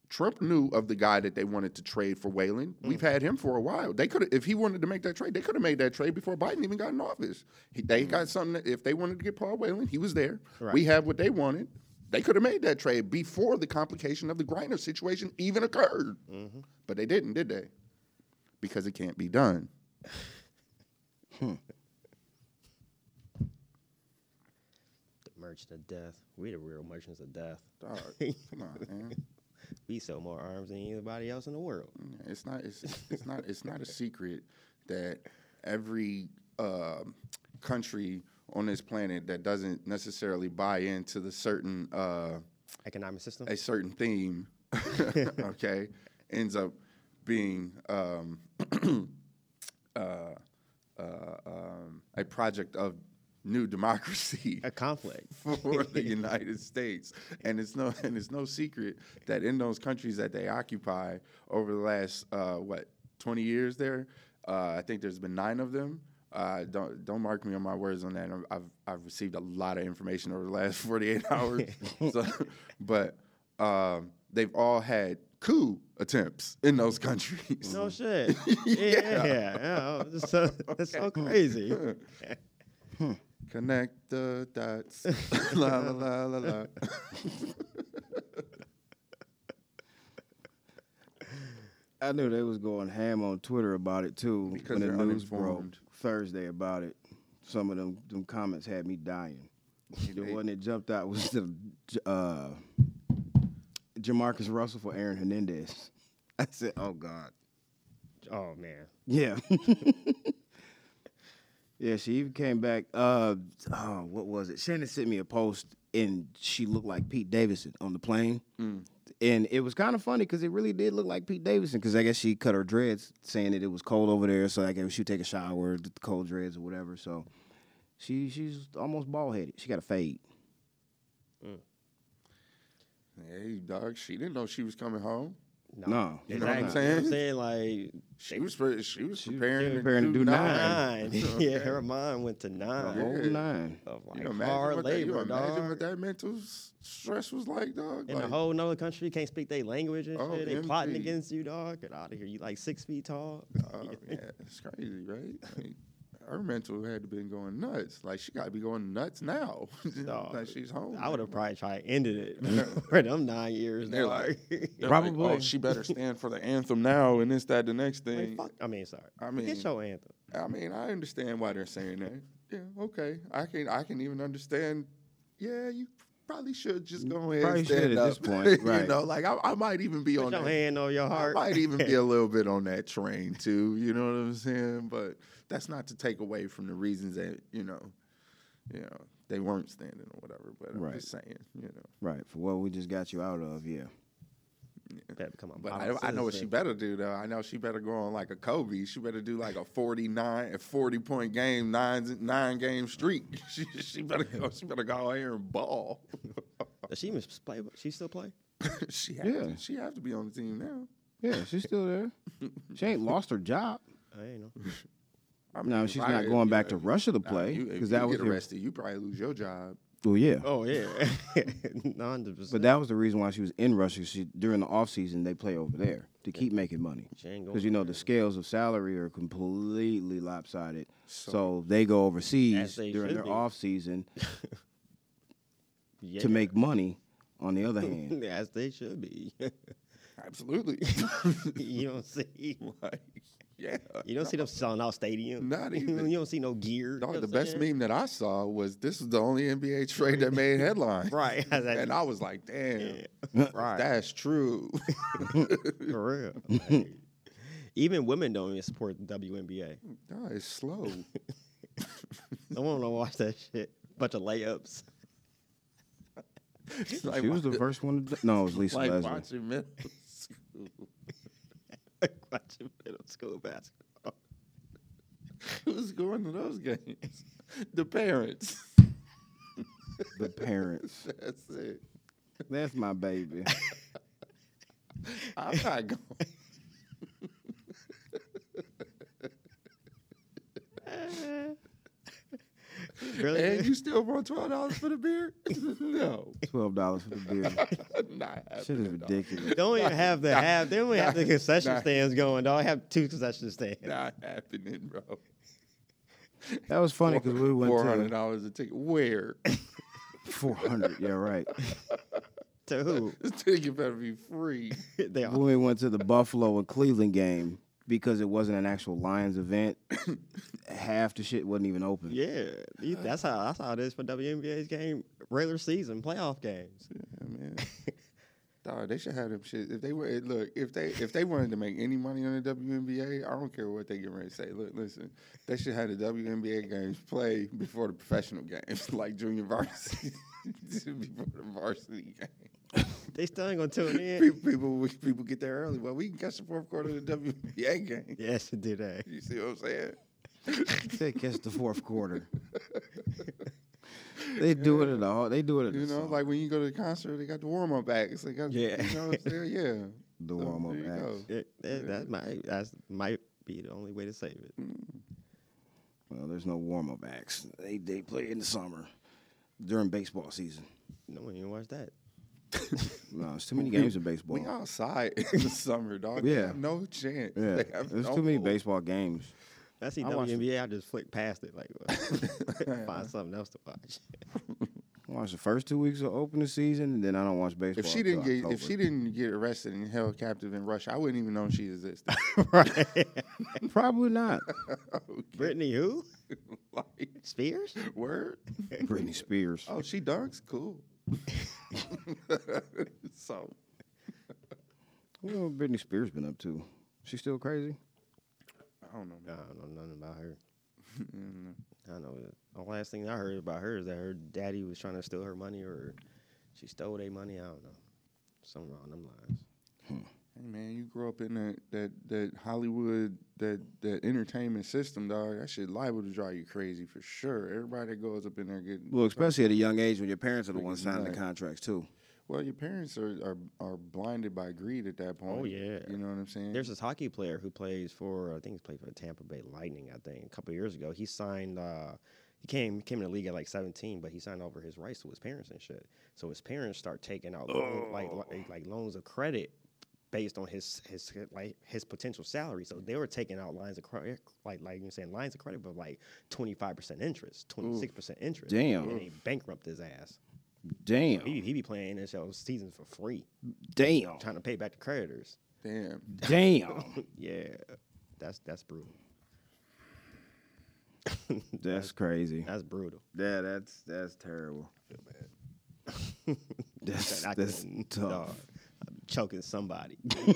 Speaker 4: Trump knew of the guy that they wanted to trade for Whalen. We've had him for a while. They could, if he wanted to make that trade, they could have made that trade before Biden even got in office. He, they got something. That, if they wanted to get Paul Whalen, he was there. We have what they wanted. They could have made that trade before the complication of the Griner situation even occurred. But they didn't, did they? Because it can't be done.
Speaker 3: The merchant of death. We the real merchants of death.
Speaker 4: Dog, come on, man.
Speaker 3: We sell more arms than anybody else in the world.
Speaker 4: Yeah, It's not. It's, it's not. It's not a secret that every um country on this planet that doesn't necessarily buy into the certain uh,
Speaker 3: Economic system.
Speaker 4: a certain theme, okay, ends up being um, uh, uh, um, a project of new democracy
Speaker 3: A conflict.
Speaker 4: for the United States. And it's no and it's no secret that in those countries that they occupy over the last uh, what twenty years there, uh, I think there's been nine of them. Uh, don't don't mark me on my words on that. I've I've received a lot of information over the last 48 hours, so, but um, they've all had coup attempts in those countries.
Speaker 3: No shit. yeah, yeah. yeah. That's so, that's so crazy.
Speaker 4: Connect the dots. la la la la la.
Speaker 1: I knew they was going ham on Twitter about it too
Speaker 4: Because
Speaker 1: when
Speaker 4: they're
Speaker 1: the news broke
Speaker 4: uninformed.
Speaker 1: Thursday about it. Some of them them comments had me dying. The
Speaker 4: they-
Speaker 1: one that jumped out was the J- uh, Jamarcus Russell for Aaron Hernandez. I said, "Oh God,
Speaker 3: Oh man.
Speaker 1: yeah, yeah." She even came back. Uh, oh, what was it? Shannon sent me a post, and she looked like Pete Davidson on the plane. And it was kind of funny because it really did look like Pete Davidson because I guess she cut her dreads, saying that it was cold over there, so I guess she would take a shower, the cold dreads or whatever. So she she's almost bald headed. She got a fade.
Speaker 4: Hey, dog. She didn't know she was coming home.
Speaker 1: No,
Speaker 3: Exactly.
Speaker 1: you know what I'm
Speaker 4: saying?
Speaker 3: I'm saying like
Speaker 4: She was pre- she was
Speaker 1: was
Speaker 4: preparing,
Speaker 1: preparing to do nine.
Speaker 3: nine. yeah, her mind went to
Speaker 1: The
Speaker 3: nine.
Speaker 1: whole
Speaker 4: Yeah.
Speaker 1: nine.
Speaker 3: Of like
Speaker 4: You know, imagine
Speaker 3: hard
Speaker 4: what that, you
Speaker 3: labor,
Speaker 4: imagine what
Speaker 3: dog.
Speaker 4: that mental s- stress was like, dog.
Speaker 3: In
Speaker 4: like,
Speaker 3: a whole nother country, you can't speak their language and
Speaker 4: Oh,
Speaker 3: shit. They plotting
Speaker 4: empty.
Speaker 3: against you, dog. Get out of here. You like six feet tall.
Speaker 4: oh, man, it's crazy, right? Like, her mental had to been going nuts. Like she got to be going nuts now.
Speaker 3: Dog.
Speaker 4: like she's home.
Speaker 3: I would have probably tried ended it for them nine years.
Speaker 4: They're
Speaker 3: dog.
Speaker 4: like- They're like,
Speaker 1: Probably.
Speaker 4: oh, she better stand for the anthem now, and this, that, the next
Speaker 3: Like,
Speaker 4: thing.
Speaker 3: fuck. I mean, sorry.
Speaker 4: I
Speaker 3: get
Speaker 4: mean-
Speaker 3: your anthem.
Speaker 4: I mean, I understand why they're saying that. Yeah, okay. I can I can even understand. Yeah, you probably should just go ahead
Speaker 1: probably
Speaker 4: and stand
Speaker 1: should at
Speaker 4: up.
Speaker 1: this point,
Speaker 4: you
Speaker 1: right.
Speaker 4: know, like I, I might even be on
Speaker 3: Put your
Speaker 4: that.
Speaker 3: hand on your
Speaker 4: I
Speaker 3: heart.
Speaker 4: might even be a little bit on that train too. You know what I'm saying? But that's not to take away from the reasons that you know, you know, they weren't standing or whatever. But I'm
Speaker 1: Right.
Speaker 4: just saying, you know.
Speaker 1: Right for what we just got you out of. Yeah,
Speaker 3: Better become a
Speaker 4: But I,
Speaker 3: model
Speaker 4: I know what she
Speaker 3: citizen.
Speaker 4: better do though. I know she better go on like a Kobe. She better do like a 49 a 40 point game, nine nine game streak. She, she better go. She better go out here and ball.
Speaker 3: Does she even play? She still play?
Speaker 4: she have
Speaker 1: Yeah.
Speaker 4: to, she have to be on the team now.
Speaker 1: yeah, she's still there. she ain't lost her job.
Speaker 3: I ain't know.
Speaker 4: I mean,
Speaker 1: No,
Speaker 4: if
Speaker 1: she's
Speaker 4: I-
Speaker 1: not
Speaker 4: if
Speaker 1: going
Speaker 4: you-
Speaker 1: back to
Speaker 4: if-
Speaker 1: Russia to
Speaker 4: nah,
Speaker 1: play
Speaker 4: you- if
Speaker 1: because
Speaker 4: you
Speaker 1: that was
Speaker 4: get
Speaker 1: her-
Speaker 4: arrested. You probably lose your job.
Speaker 1: Oh yeah,
Speaker 3: Oh yeah, non.
Speaker 1: but that was the reason why she was in Russia. She during the off season they play over there to keep making money
Speaker 3: She ain't
Speaker 1: because you
Speaker 3: going
Speaker 1: know the scales of salary are completely lopsided. So,
Speaker 4: So-
Speaker 1: they go overseas
Speaker 3: As they
Speaker 1: during
Speaker 3: should
Speaker 1: their
Speaker 3: be.
Speaker 1: off season to make money. On the other hand,
Speaker 3: as they should be.
Speaker 4: Absolutely.
Speaker 3: you don't see.
Speaker 4: like, yeah.
Speaker 3: You don't see them selling out stadiums.
Speaker 4: Not
Speaker 3: you
Speaker 4: even.
Speaker 3: don't see no gear.
Speaker 4: Dog,
Speaker 3: You know
Speaker 4: the
Speaker 3: what I'm
Speaker 4: best
Speaker 3: saying?
Speaker 4: meme that I saw was this was the only NBA trade that made headlines.
Speaker 3: Right.
Speaker 4: And I was like, damn,
Speaker 3: right.
Speaker 4: that's true.
Speaker 3: For real. Like, even women don't even support the WNBA.
Speaker 4: no, it's slow.
Speaker 3: No one wanna watch that shit. Bunch of layups.
Speaker 4: It's like,
Speaker 1: she was the
Speaker 4: wa-
Speaker 1: first one. To, no, it was Lisa
Speaker 4: like
Speaker 1: Leslie.
Speaker 4: watching middle school.
Speaker 3: Watching middle school basketball.
Speaker 4: Who's going to those games? The parents.
Speaker 1: The parents.
Speaker 4: That's it.
Speaker 1: That's my baby.
Speaker 4: I'm not going.
Speaker 3: Really?
Speaker 4: And you still want twelve dollars for the beer? no,
Speaker 1: Twelve dollars for the beer.
Speaker 4: not
Speaker 1: Shit is
Speaker 4: happening, dog.
Speaker 1: ridiculous.
Speaker 3: don't even have the have. They don't even have the
Speaker 4: nah,
Speaker 3: concession
Speaker 4: nah.
Speaker 3: stands going. Don't have two concession stands.
Speaker 4: Not happening, bro.
Speaker 1: That was funny because we went
Speaker 4: four hundred
Speaker 1: to
Speaker 4: dollars a ticket. Where?
Speaker 1: four hundred. Yeah, right.
Speaker 3: To who?
Speaker 4: this ticket better be free.
Speaker 3: they
Speaker 1: When
Speaker 3: are.
Speaker 1: we went to the Buffalo and Cleveland game because it wasn't an actual Lions event, half the shit wasn't even open.
Speaker 3: Yeah, you-
Speaker 4: uh,
Speaker 3: that's how that's how it is for WNBA's game, regular season, playoff games.
Speaker 4: Yeah, man. Dog, they should have them shit. If they were look, if they if they wanted to make any money on the WNBA, I don't care what they get ready to say. Look, listen, they should have the WNBA games play before the professional games, like junior varsity, before the varsity game.
Speaker 3: They still ain't gonna tune in.
Speaker 4: People, people, we- people get there early. Well, we can catch the fourth quarter of the WNBA game.
Speaker 3: yes, eh? do that.
Speaker 4: You see what I'm saying?
Speaker 1: They catch the fourth quarter. they do it at all. They do it at
Speaker 4: You know, like when you go to the concert, they got the warm up acts. They got,
Speaker 3: Yeah.
Speaker 4: you know what I'm saying? Yeah,
Speaker 1: The
Speaker 4: So,
Speaker 1: warm-up
Speaker 4: there you
Speaker 1: acts.
Speaker 4: go.
Speaker 3: It- that, that might that's might be the only way to save it.
Speaker 4: Mm.
Speaker 1: well, there's no warm up acts. They they play in the summer during baseball season.
Speaker 3: No one even watched that.
Speaker 1: No, it's too many games in baseball.
Speaker 4: We outside in the summer, dog. They
Speaker 1: Yeah.
Speaker 4: have no chance.
Speaker 1: yeah,
Speaker 4: They have
Speaker 1: there's
Speaker 4: no
Speaker 1: too many
Speaker 4: hope.
Speaker 1: baseball games.
Speaker 3: I see
Speaker 4: I watched it.
Speaker 3: WNBA. I just flick past it like find something else to watch.
Speaker 1: I watched the first two weeks of opening season, and then I don't watch baseball.
Speaker 4: If she didn't
Speaker 1: until
Speaker 4: get if
Speaker 1: October.
Speaker 4: she didn't get arrested and held captive in Russia, I wouldn't even know she existed.
Speaker 1: probably not.
Speaker 3: Brittany who?
Speaker 4: like
Speaker 3: Spears?
Speaker 4: word.
Speaker 1: Britney Spears.
Speaker 4: Oh, she dunks. Cool. so
Speaker 1: What have Britney Spears been up to? She still crazy?
Speaker 4: I don't know.
Speaker 3: I don't know nothing about her. I know. The last thing I heard about her is that her daddy was trying to steal her money, or she stole their money. I don't know. Something wrong them lines.
Speaker 4: Hey man, you grew up in that that that Hollywood that that entertainment system, dog. That shit liable to drive you crazy for sure. Everybody that goes up in there getting
Speaker 1: Well, especially at a young age when your parents are the ones
Speaker 4: Freaking
Speaker 1: signing the
Speaker 4: nut.
Speaker 1: contracts too.
Speaker 4: well, your parents are, are are blinded by greed at that point.
Speaker 3: Oh, yeah.
Speaker 4: you know what I'm saying.
Speaker 3: There's this hockey player who plays for I think he's played for the Tampa Bay Lightning. I think a couple years ago he signed. Uh, he came came in the league at like 17, but he signed over his rights to his parents and shit. So his parents start taking out loan- like, like like loans of credit based on his his like his potential salary. So they were taking out lines of credit, like like you're saying lines of credit, but like 25 percent interest, 26 percent interest.
Speaker 1: Damn.
Speaker 3: and they bankrupt his ass. He
Speaker 1: Damn.
Speaker 3: he be playing NHL seasons for free,
Speaker 1: Damn.
Speaker 3: trying to pay back the creditors.
Speaker 4: Damn.
Speaker 1: Damn.
Speaker 3: Yeah, that's that's brutal.
Speaker 1: That's crazy.
Speaker 3: That's brutal.
Speaker 1: Yeah, that's that's terrible. That's,
Speaker 3: I
Speaker 1: that's
Speaker 3: couldn't-
Speaker 1: tough.
Speaker 3: dog, I'm choking somebody.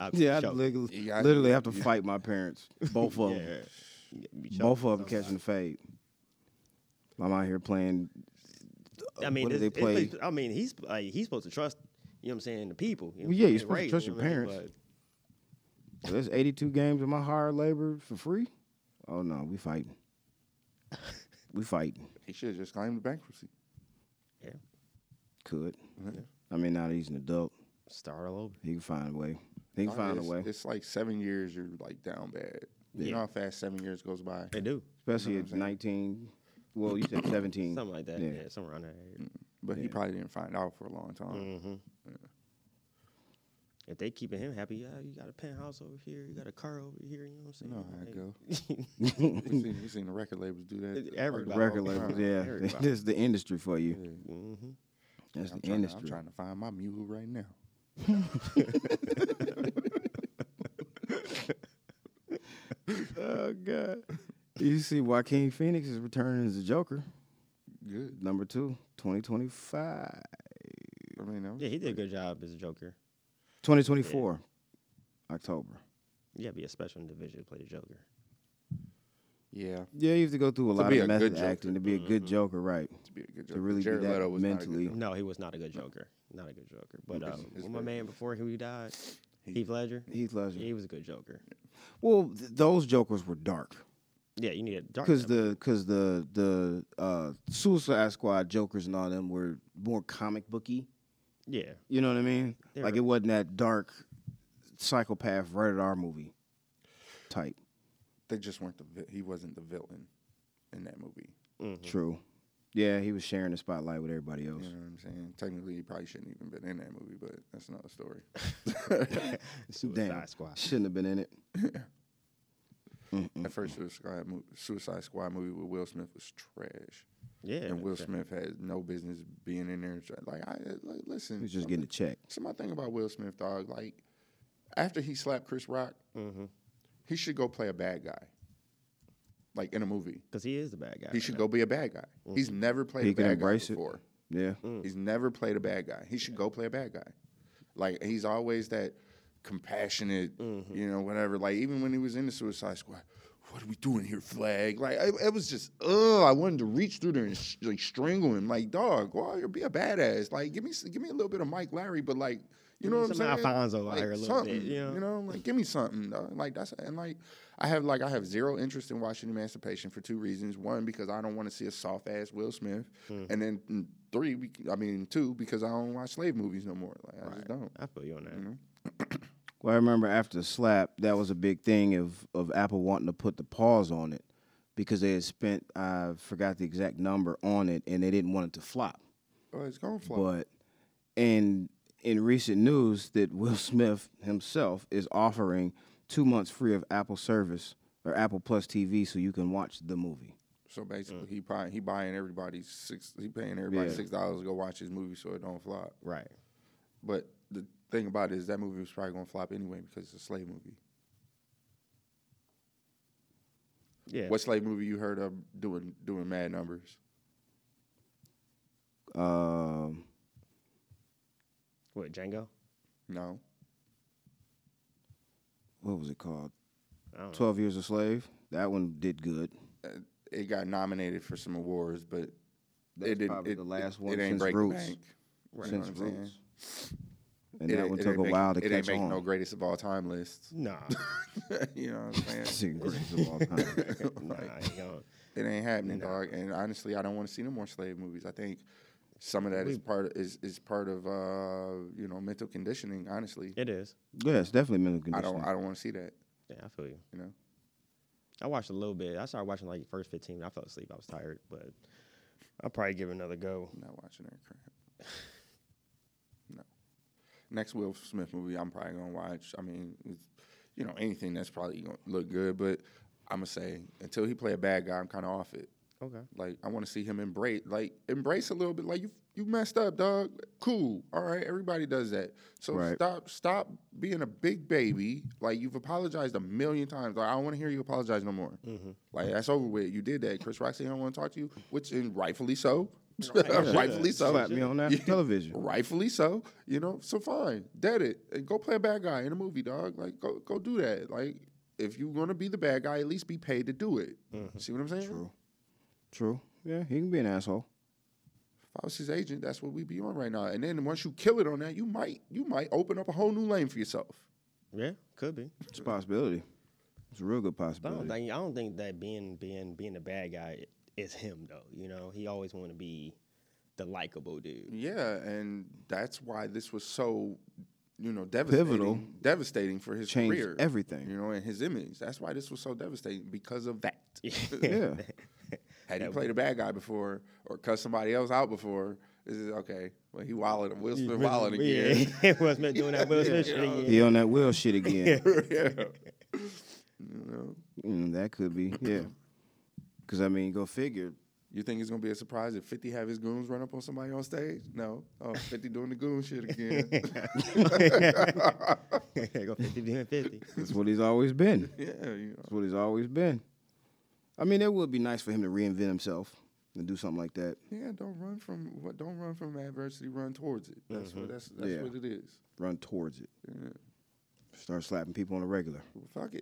Speaker 3: I'd be
Speaker 1: Yeah, I
Speaker 3: choking.
Speaker 1: literally,
Speaker 4: You got-
Speaker 1: literally have to fight my parents. Both of them.
Speaker 3: Yeah. You'd be
Speaker 1: Both
Speaker 3: choking
Speaker 1: of them catching the fade. I'm out here playing.
Speaker 3: somebody. I mean,
Speaker 1: what do
Speaker 3: it's-
Speaker 1: they play?
Speaker 3: it's- I mean, he's like he's supposed to trust. You know what I'm saying? The people. You
Speaker 1: Well,
Speaker 3: know what
Speaker 1: yeah,
Speaker 3: I'm
Speaker 1: you're
Speaker 3: saying,
Speaker 1: supposed to
Speaker 3: raised,
Speaker 1: trust
Speaker 3: you
Speaker 1: your
Speaker 3: know what I mean?
Speaker 1: parents. Well, There's 82 games of my hard labor for free. Oh no, we fighting. we fighting.
Speaker 4: He should have just claimed bankruptcy.
Speaker 3: But, yeah,
Speaker 1: Could. I mean, now that he's an adult,
Speaker 3: start all over.
Speaker 1: he can find a way. He can
Speaker 4: Dog,
Speaker 1: find a
Speaker 4: Oh, it's-
Speaker 1: way.
Speaker 4: It's like seven years. You're like down bad. You
Speaker 3: Yeah.
Speaker 4: know how fast seven years goes by.
Speaker 3: They do
Speaker 1: Especially
Speaker 4: know what
Speaker 1: at
Speaker 4: I'm
Speaker 1: 19. Well, you said 17.
Speaker 3: something like that.
Speaker 1: Yeah.
Speaker 3: Yeah, somewhere around that area.
Speaker 4: But he probably didn't find out for a long time.
Speaker 1: Mm-hmm.
Speaker 3: If they keeping him happy, yeah, you got a penthouse over here, you got a car over here. You know what
Speaker 4: You
Speaker 3: I'm
Speaker 4: know how
Speaker 3: saying?
Speaker 4: it go. we seen, we seen the record labels do that.
Speaker 3: Everybody.
Speaker 1: Record
Speaker 3: Oh,
Speaker 1: labels,
Speaker 4: yeah.
Speaker 1: yeah.
Speaker 3: Everybody.
Speaker 1: this is the industry for you.
Speaker 3: Mhm.
Speaker 1: That's
Speaker 4: I'm
Speaker 1: the
Speaker 4: trying,
Speaker 1: industry.
Speaker 4: I'm trying to find my mule right now.
Speaker 1: Oh God! You see, Joaquin Phoenix is returning as a Joker,
Speaker 4: Good.
Speaker 1: number two, 2025,
Speaker 4: I mean, that was
Speaker 3: Yeah, he did a good job as a Joker.
Speaker 1: 2024, October.
Speaker 3: Yeah, be a special individual to play the Joker.
Speaker 4: Yeah,
Speaker 1: Yeah, you have to go through a
Speaker 4: To
Speaker 1: lot
Speaker 4: be
Speaker 1: of
Speaker 4: a good
Speaker 1: method
Speaker 4: Joker. Mm-hmm.
Speaker 1: acting to be a good Joker, right?
Speaker 4: to be a good
Speaker 1: To
Speaker 4: job.
Speaker 1: really be
Speaker 4: Jared
Speaker 1: that
Speaker 4: Leto was not a
Speaker 1: mentally-
Speaker 4: good Joker.
Speaker 3: No, he was not a good Joker. Not a good Joker. But
Speaker 4: It's-
Speaker 3: um,
Speaker 4: it's
Speaker 3: my
Speaker 4: very
Speaker 3: man before he died, Heath Ledger.
Speaker 1: Heath Ledger.
Speaker 3: He was a good Joker.
Speaker 1: Well, th- those Jokers were dark
Speaker 3: Yeah, you need a dark.
Speaker 1: because the because the the uh, Suicide Squad Jokers and all them were more comic booky.
Speaker 3: yeah,
Speaker 1: You know what I mean?
Speaker 3: They
Speaker 1: like
Speaker 3: were-
Speaker 1: it wasn't that dark psychopath rated R movie type.
Speaker 4: They just weren't the. vi- He wasn't the villain in that movie.
Speaker 3: Mm-hmm.
Speaker 1: True. Yeah, he was sharing the spotlight with everybody else.
Speaker 4: You know what I'm saying? Technically, he probably shouldn't even been in that movie, but that's another story.
Speaker 3: Suicide Squad.
Speaker 1: Shouldn't have been in it. Mm-hmm.
Speaker 4: That first Suicide, mo- Suicide Squad movie with Will Smith was trash,
Speaker 3: Yeah,
Speaker 4: and Will
Speaker 3: okay.
Speaker 4: Smith had no business being in there. Like, I like, listen, uh,
Speaker 1: He was just getting a check.
Speaker 4: So my thing about Will Smith, dog, like after he slapped Chris Rock,
Speaker 1: Mm-hmm.
Speaker 4: he should go play a bad guy, like in a movie.
Speaker 3: Because he is the bad guy.
Speaker 4: He should go be a bad guy. He's never
Speaker 1: Mm-hmm.
Speaker 4: played
Speaker 1: He
Speaker 4: a
Speaker 1: can
Speaker 4: bad guy
Speaker 1: embrace it.
Speaker 4: before.
Speaker 1: Yeah.
Speaker 3: Mm.
Speaker 4: He's never played a bad guy. He should go play a bad guy. Like he's always that compassionate,
Speaker 3: Mm-hmm.
Speaker 4: you know, whatever. Like even when he was in the Suicide Squad, what are we doing here, flag? Like I, it was just, ugh. I wanted to reach through there and sh- like strangle him. Like dog, go out here, be a badass. Like give me, s- give me a little bit of Mike Larry, but like.
Speaker 3: Give
Speaker 4: You know
Speaker 3: me
Speaker 4: what I'm
Speaker 3: some
Speaker 4: saying?
Speaker 3: Alfonso out
Speaker 4: like,
Speaker 3: here a little
Speaker 4: something,
Speaker 3: bit, you know?
Speaker 4: You know, um, like give me something. Dog. Like that's and like I have like I have zero interest in watching Emancipation for two reasons. One, because I don't want to see a soft ass Will Smith,
Speaker 1: Hmm.
Speaker 4: and then mm, three, bec- I mean two, because I don't watch slave movies no more. Like I just don't.
Speaker 1: Uh,
Speaker 3: I feel you on that.
Speaker 4: Mm-hmm.
Speaker 1: Well, I remember after Slap, that was a big thing of, of Apple wanting to put the pause on it because they had spent, I forgot the exact number on it, and they didn't want it to flop.
Speaker 4: Oh Well, it's gonna flop.
Speaker 1: But in in recent news, that Will Smith himself is offering two months free of Apple service or Apple Plus TV, so you can watch the movie.
Speaker 4: so basically, he buying he buying everybody six. He paying everybody
Speaker 1: Mm. Yeah.
Speaker 4: six dollars to go watch his movie, so it don't flop.
Speaker 3: Right.
Speaker 4: But the thing about it is that movie was probably gonna flop anyway because it's a slave movie.
Speaker 3: Yeah.
Speaker 4: What slave movie you heard of doing doing mad numbers?
Speaker 1: Um,
Speaker 3: what Django?
Speaker 4: No,
Speaker 1: what was it called?
Speaker 3: I
Speaker 4: Uh,
Speaker 3: don't know.
Speaker 1: Twelve Years a Slave. That one did good.
Speaker 4: it got nominated for some awards, but
Speaker 1: That's
Speaker 4: it didn't.
Speaker 1: probably
Speaker 4: it,
Speaker 1: the last
Speaker 4: it,
Speaker 1: one
Speaker 4: it ain't
Speaker 1: since
Speaker 4: break the
Speaker 1: Roots.
Speaker 4: bank. You know
Speaker 1: Since
Speaker 4: what I'm saying?
Speaker 1: Roots. And
Speaker 4: It
Speaker 1: that
Speaker 4: ain't-
Speaker 1: one
Speaker 4: it
Speaker 1: took
Speaker 4: ain't
Speaker 1: a
Speaker 4: make-
Speaker 1: while to
Speaker 4: It ain't
Speaker 1: catch
Speaker 4: making
Speaker 1: on.
Speaker 4: no greatest of all time lists.
Speaker 3: Nah.
Speaker 4: you know what I'm saying?
Speaker 1: Secret Grace of all time.
Speaker 3: nah. I ain't gonna-
Speaker 4: It ain't happening, dog. And honestly, I don't want to see no more slave movies. I think some of that is part of, is is part of uh, you know mental conditioning. Honestly,
Speaker 3: It is.
Speaker 1: yeah, it's definitely mental
Speaker 4: I
Speaker 1: conditioning.
Speaker 4: don't I don't want to see that.
Speaker 3: Yeah, I feel you.
Speaker 4: You know,
Speaker 3: I watched a little bit. I started watching like the first 15. I fell asleep. I was tired, but I'll probably give it another go.
Speaker 4: I'm not watching that crap. No. Next Will Smith movie, I'm probably gonna watch. I mean, it's, you know, anything that's probably gonna look good, but I'm gonna say until he play a bad guy, I'm kind of off it.
Speaker 3: Okay.
Speaker 4: Like I want to see him embrace, like embrace a little bit. Like you, you messed up, dog. Cool. All right, everybody does that. So
Speaker 1: Right.
Speaker 4: stop, stop being a big baby. Like you've apologized a million times. Like I don't want to hear you apologize no more.
Speaker 1: Mm-hmm.
Speaker 4: Like that's over with. You did that. Chris Rock said he don't want to talk to you, which and rightfully so. rightfully so.
Speaker 1: Slap me on that television.
Speaker 4: Rightfully so, you know. So fine, dead it. And go play a bad guy in a movie, dog. Like go go do that. Like if you're gonna be the bad guy, at least be paid to do it. See what I'm saying?
Speaker 1: True. True. Yeah, he can be an asshole.
Speaker 4: If I was his agent, that's what we be on right now. And then once you kill it on that, you might you might open up a whole new lane for yourself.
Speaker 3: Yeah, could be.
Speaker 1: It's a possibility. It's a real good
Speaker 3: But I
Speaker 1: possibility.
Speaker 3: don't think I don't think that being being being a bad guy is him though. You know, he always want to be the likable dude.
Speaker 4: Yeah, and that's why this was so, you know, devastating,
Speaker 1: Pivotal.
Speaker 4: devastating for his
Speaker 1: Changed
Speaker 4: career,
Speaker 1: everything.
Speaker 4: you know, and his image. That's why this was so devastating because of that.
Speaker 1: yeah.
Speaker 4: Had he played a bad guy before or cussed somebody else out before, this is okay. Well, he walled Will Smith walled again.
Speaker 3: Yeah, Will Smith doing that Will Smith shit again.
Speaker 1: He on that wheel shit again.
Speaker 4: yeah, you know.
Speaker 1: Mm, that could be, yeah. Because, I mean, go figure.
Speaker 4: You think it's gonna be a surprise if 50 have his goons run up on somebody on stage? No. Oh, 50 doing the goon shit again.
Speaker 3: Go fifty doing fifty.
Speaker 1: That's what he's always been.
Speaker 4: yeah, you know.
Speaker 1: That's what he's always been. I mean, it would be nice for him to reinvent himself and do something like that.
Speaker 4: Yeah, don't run from what don't run from adversity, run towards it. That's what that's that's
Speaker 1: Yeah.
Speaker 4: what it is.
Speaker 1: Run towards it. Start slapping people on the regular.
Speaker 4: Fuck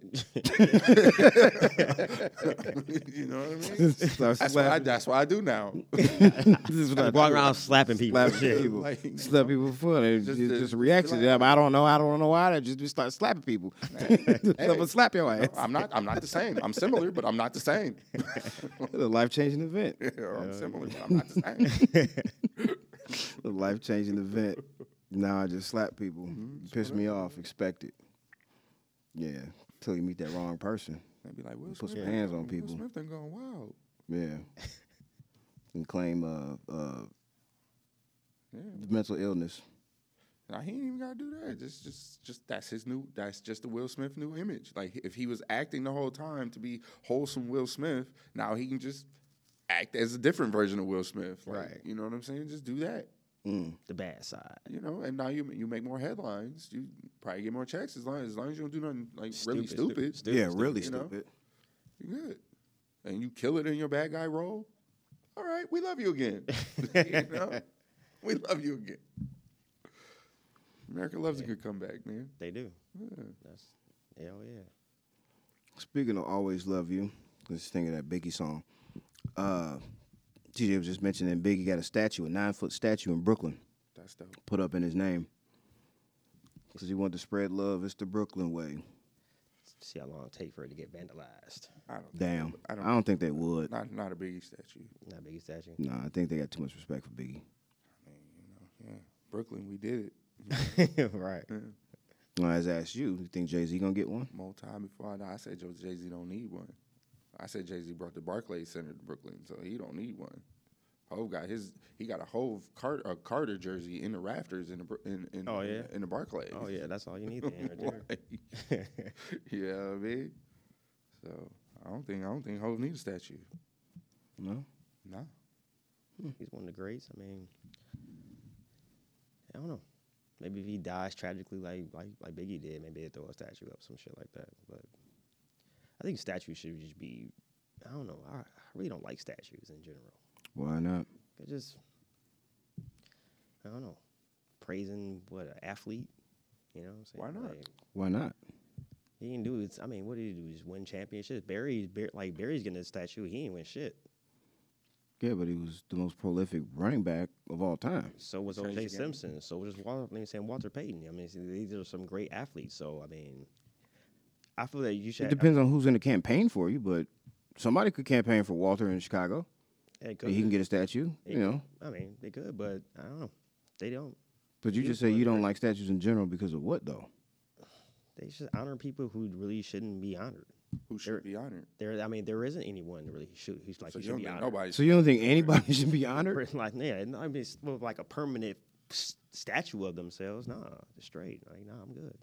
Speaker 4: it. you know what I mean?
Speaker 1: Start
Speaker 4: That's what I,
Speaker 1: slapping.
Speaker 4: that's what I do now.
Speaker 1: This is what I
Speaker 3: Walk
Speaker 1: do.
Speaker 3: around slapping people.
Speaker 1: slapping
Speaker 3: Shit.
Speaker 1: people,
Speaker 4: Like, you
Speaker 1: slap people for it. Just,
Speaker 4: just
Speaker 1: just,
Speaker 4: to-
Speaker 1: reaction to
Speaker 4: like-
Speaker 1: them. I don't know. I don't know why. They just, just start slapping people. I'm gonna slap your ass.
Speaker 4: I'm not I'm not the same. I'm similar, but I'm not the same.
Speaker 1: It's a life changing event.
Speaker 4: Or I'm similar, but I'm not the same.
Speaker 1: A life changing event. Now I Mm-hmm. just slap people. Piss me off. Expect it. Yeah. Till you meet that wrong person.
Speaker 4: They be like, Will
Speaker 1: Put
Speaker 4: Smith,
Speaker 1: some hands on
Speaker 4: Will
Speaker 1: people.
Speaker 4: Smith done going wild.
Speaker 1: Yeah. And claim uh, uh,
Speaker 4: Yeah.
Speaker 1: mental illness.
Speaker 4: Now he ain't even gotta do that. Just, just, just that's his new. That's just the Will Smith new image. Like if he was acting the whole time to be wholesome Will Smith, now he can just act as a different version of Will Smith. Like,
Speaker 3: Right.
Speaker 4: You know what I'm saying? Just do that.
Speaker 3: The bad side.
Speaker 4: You know, and now you you make more headlines. You probably get more checks as long as long as you don't do nothing like really stupid.
Speaker 1: yeah, really
Speaker 4: you know?
Speaker 1: stupid.
Speaker 4: You good. And you kill it in your bad guy role. All right, we love you again. you know? We love you again. America loves a good comeback, man.
Speaker 3: They do. That's hell yeah.
Speaker 1: Speaking of always love you, I was just thinking of that Biggie song. Uh, TJ was just mentioning Biggie got a statue, a nine foot statue in Brooklyn,
Speaker 4: That's dope.
Speaker 1: put up in his name because he wanted to spread love. It's the Brooklyn way.
Speaker 3: See how long it take for it to get vandalized.
Speaker 4: I don't
Speaker 1: Damn, I
Speaker 4: I
Speaker 1: don't,
Speaker 4: don't-
Speaker 1: think they would.
Speaker 4: Not not a biggie statue.
Speaker 3: Not big statue.
Speaker 1: No, I think they got too much respect for Biggie.
Speaker 4: Yeah, Brooklyn, we did it.
Speaker 3: right.
Speaker 1: Well, as I asked you, you think Jay Z gonna get one?
Speaker 4: More time before I die. I said Jay Z don't need one. I said Jay Z brought the Barclays Center to Brooklyn, so he don't need one. Hove got his he got a Hove Carter, a Carter jersey in the rafters in the Br- in in,
Speaker 3: Oh, yeah?
Speaker 4: in the Barclays.
Speaker 3: Oh yeah, that's all you need then, right there.
Speaker 4: Like, you know what I mean? So I don't think I don't think Hove needs a statue.
Speaker 1: No.
Speaker 4: No.
Speaker 3: He's one of the greats. I mean, I don't know. Maybe if he dies tragically, like like like Biggie did, maybe they throw a statue up, some shit like that. But I think statues should just be. I don't know. I, I really don't like statues in general.
Speaker 1: Why not?
Speaker 3: They're just. I don't know. Praising what an athlete, you know. What I'm saying?
Speaker 4: Why not?
Speaker 3: Like,
Speaker 1: Why not?
Speaker 3: he didn't do. It's, I mean, what did he do? Just win championships. Barry, Bar- like Barry's getting a statue. He ain't win shit.
Speaker 1: Yeah, but he was the most prolific running back of all time.
Speaker 3: So was
Speaker 4: Change the
Speaker 3: O.J.
Speaker 4: game.
Speaker 3: Simpson. So was Walter, I mean, Sam Walter Payton. I mean, see, these are some great athletes. So I mean, I feel that you should.
Speaker 1: It depends on who's in the campaign for you, but somebody could campaign for Walter in Chicago.
Speaker 3: I, it
Speaker 1: and He
Speaker 3: could-
Speaker 1: can get a statue,
Speaker 3: it-
Speaker 1: you know.
Speaker 3: I mean, they could, but I don't know. They don't.
Speaker 1: But you
Speaker 3: He
Speaker 1: just
Speaker 3: was
Speaker 1: say
Speaker 3: one
Speaker 1: you
Speaker 3: of the
Speaker 1: don't like statues in general because of what though?
Speaker 3: They should honor people who really shouldn't be honored.
Speaker 4: Who should be honored?
Speaker 3: There, I mean, there isn't anyone really should who's like
Speaker 4: So
Speaker 3: who
Speaker 4: you
Speaker 3: should
Speaker 4: don't
Speaker 3: be
Speaker 4: think
Speaker 3: honored.
Speaker 4: nobody
Speaker 1: So you don't think anybody should be honored?
Speaker 3: Pretty- like yeah, no, I mean, it's more of like a permanent s- statue of themselves. Nah, just straight. Like nah, I'm good.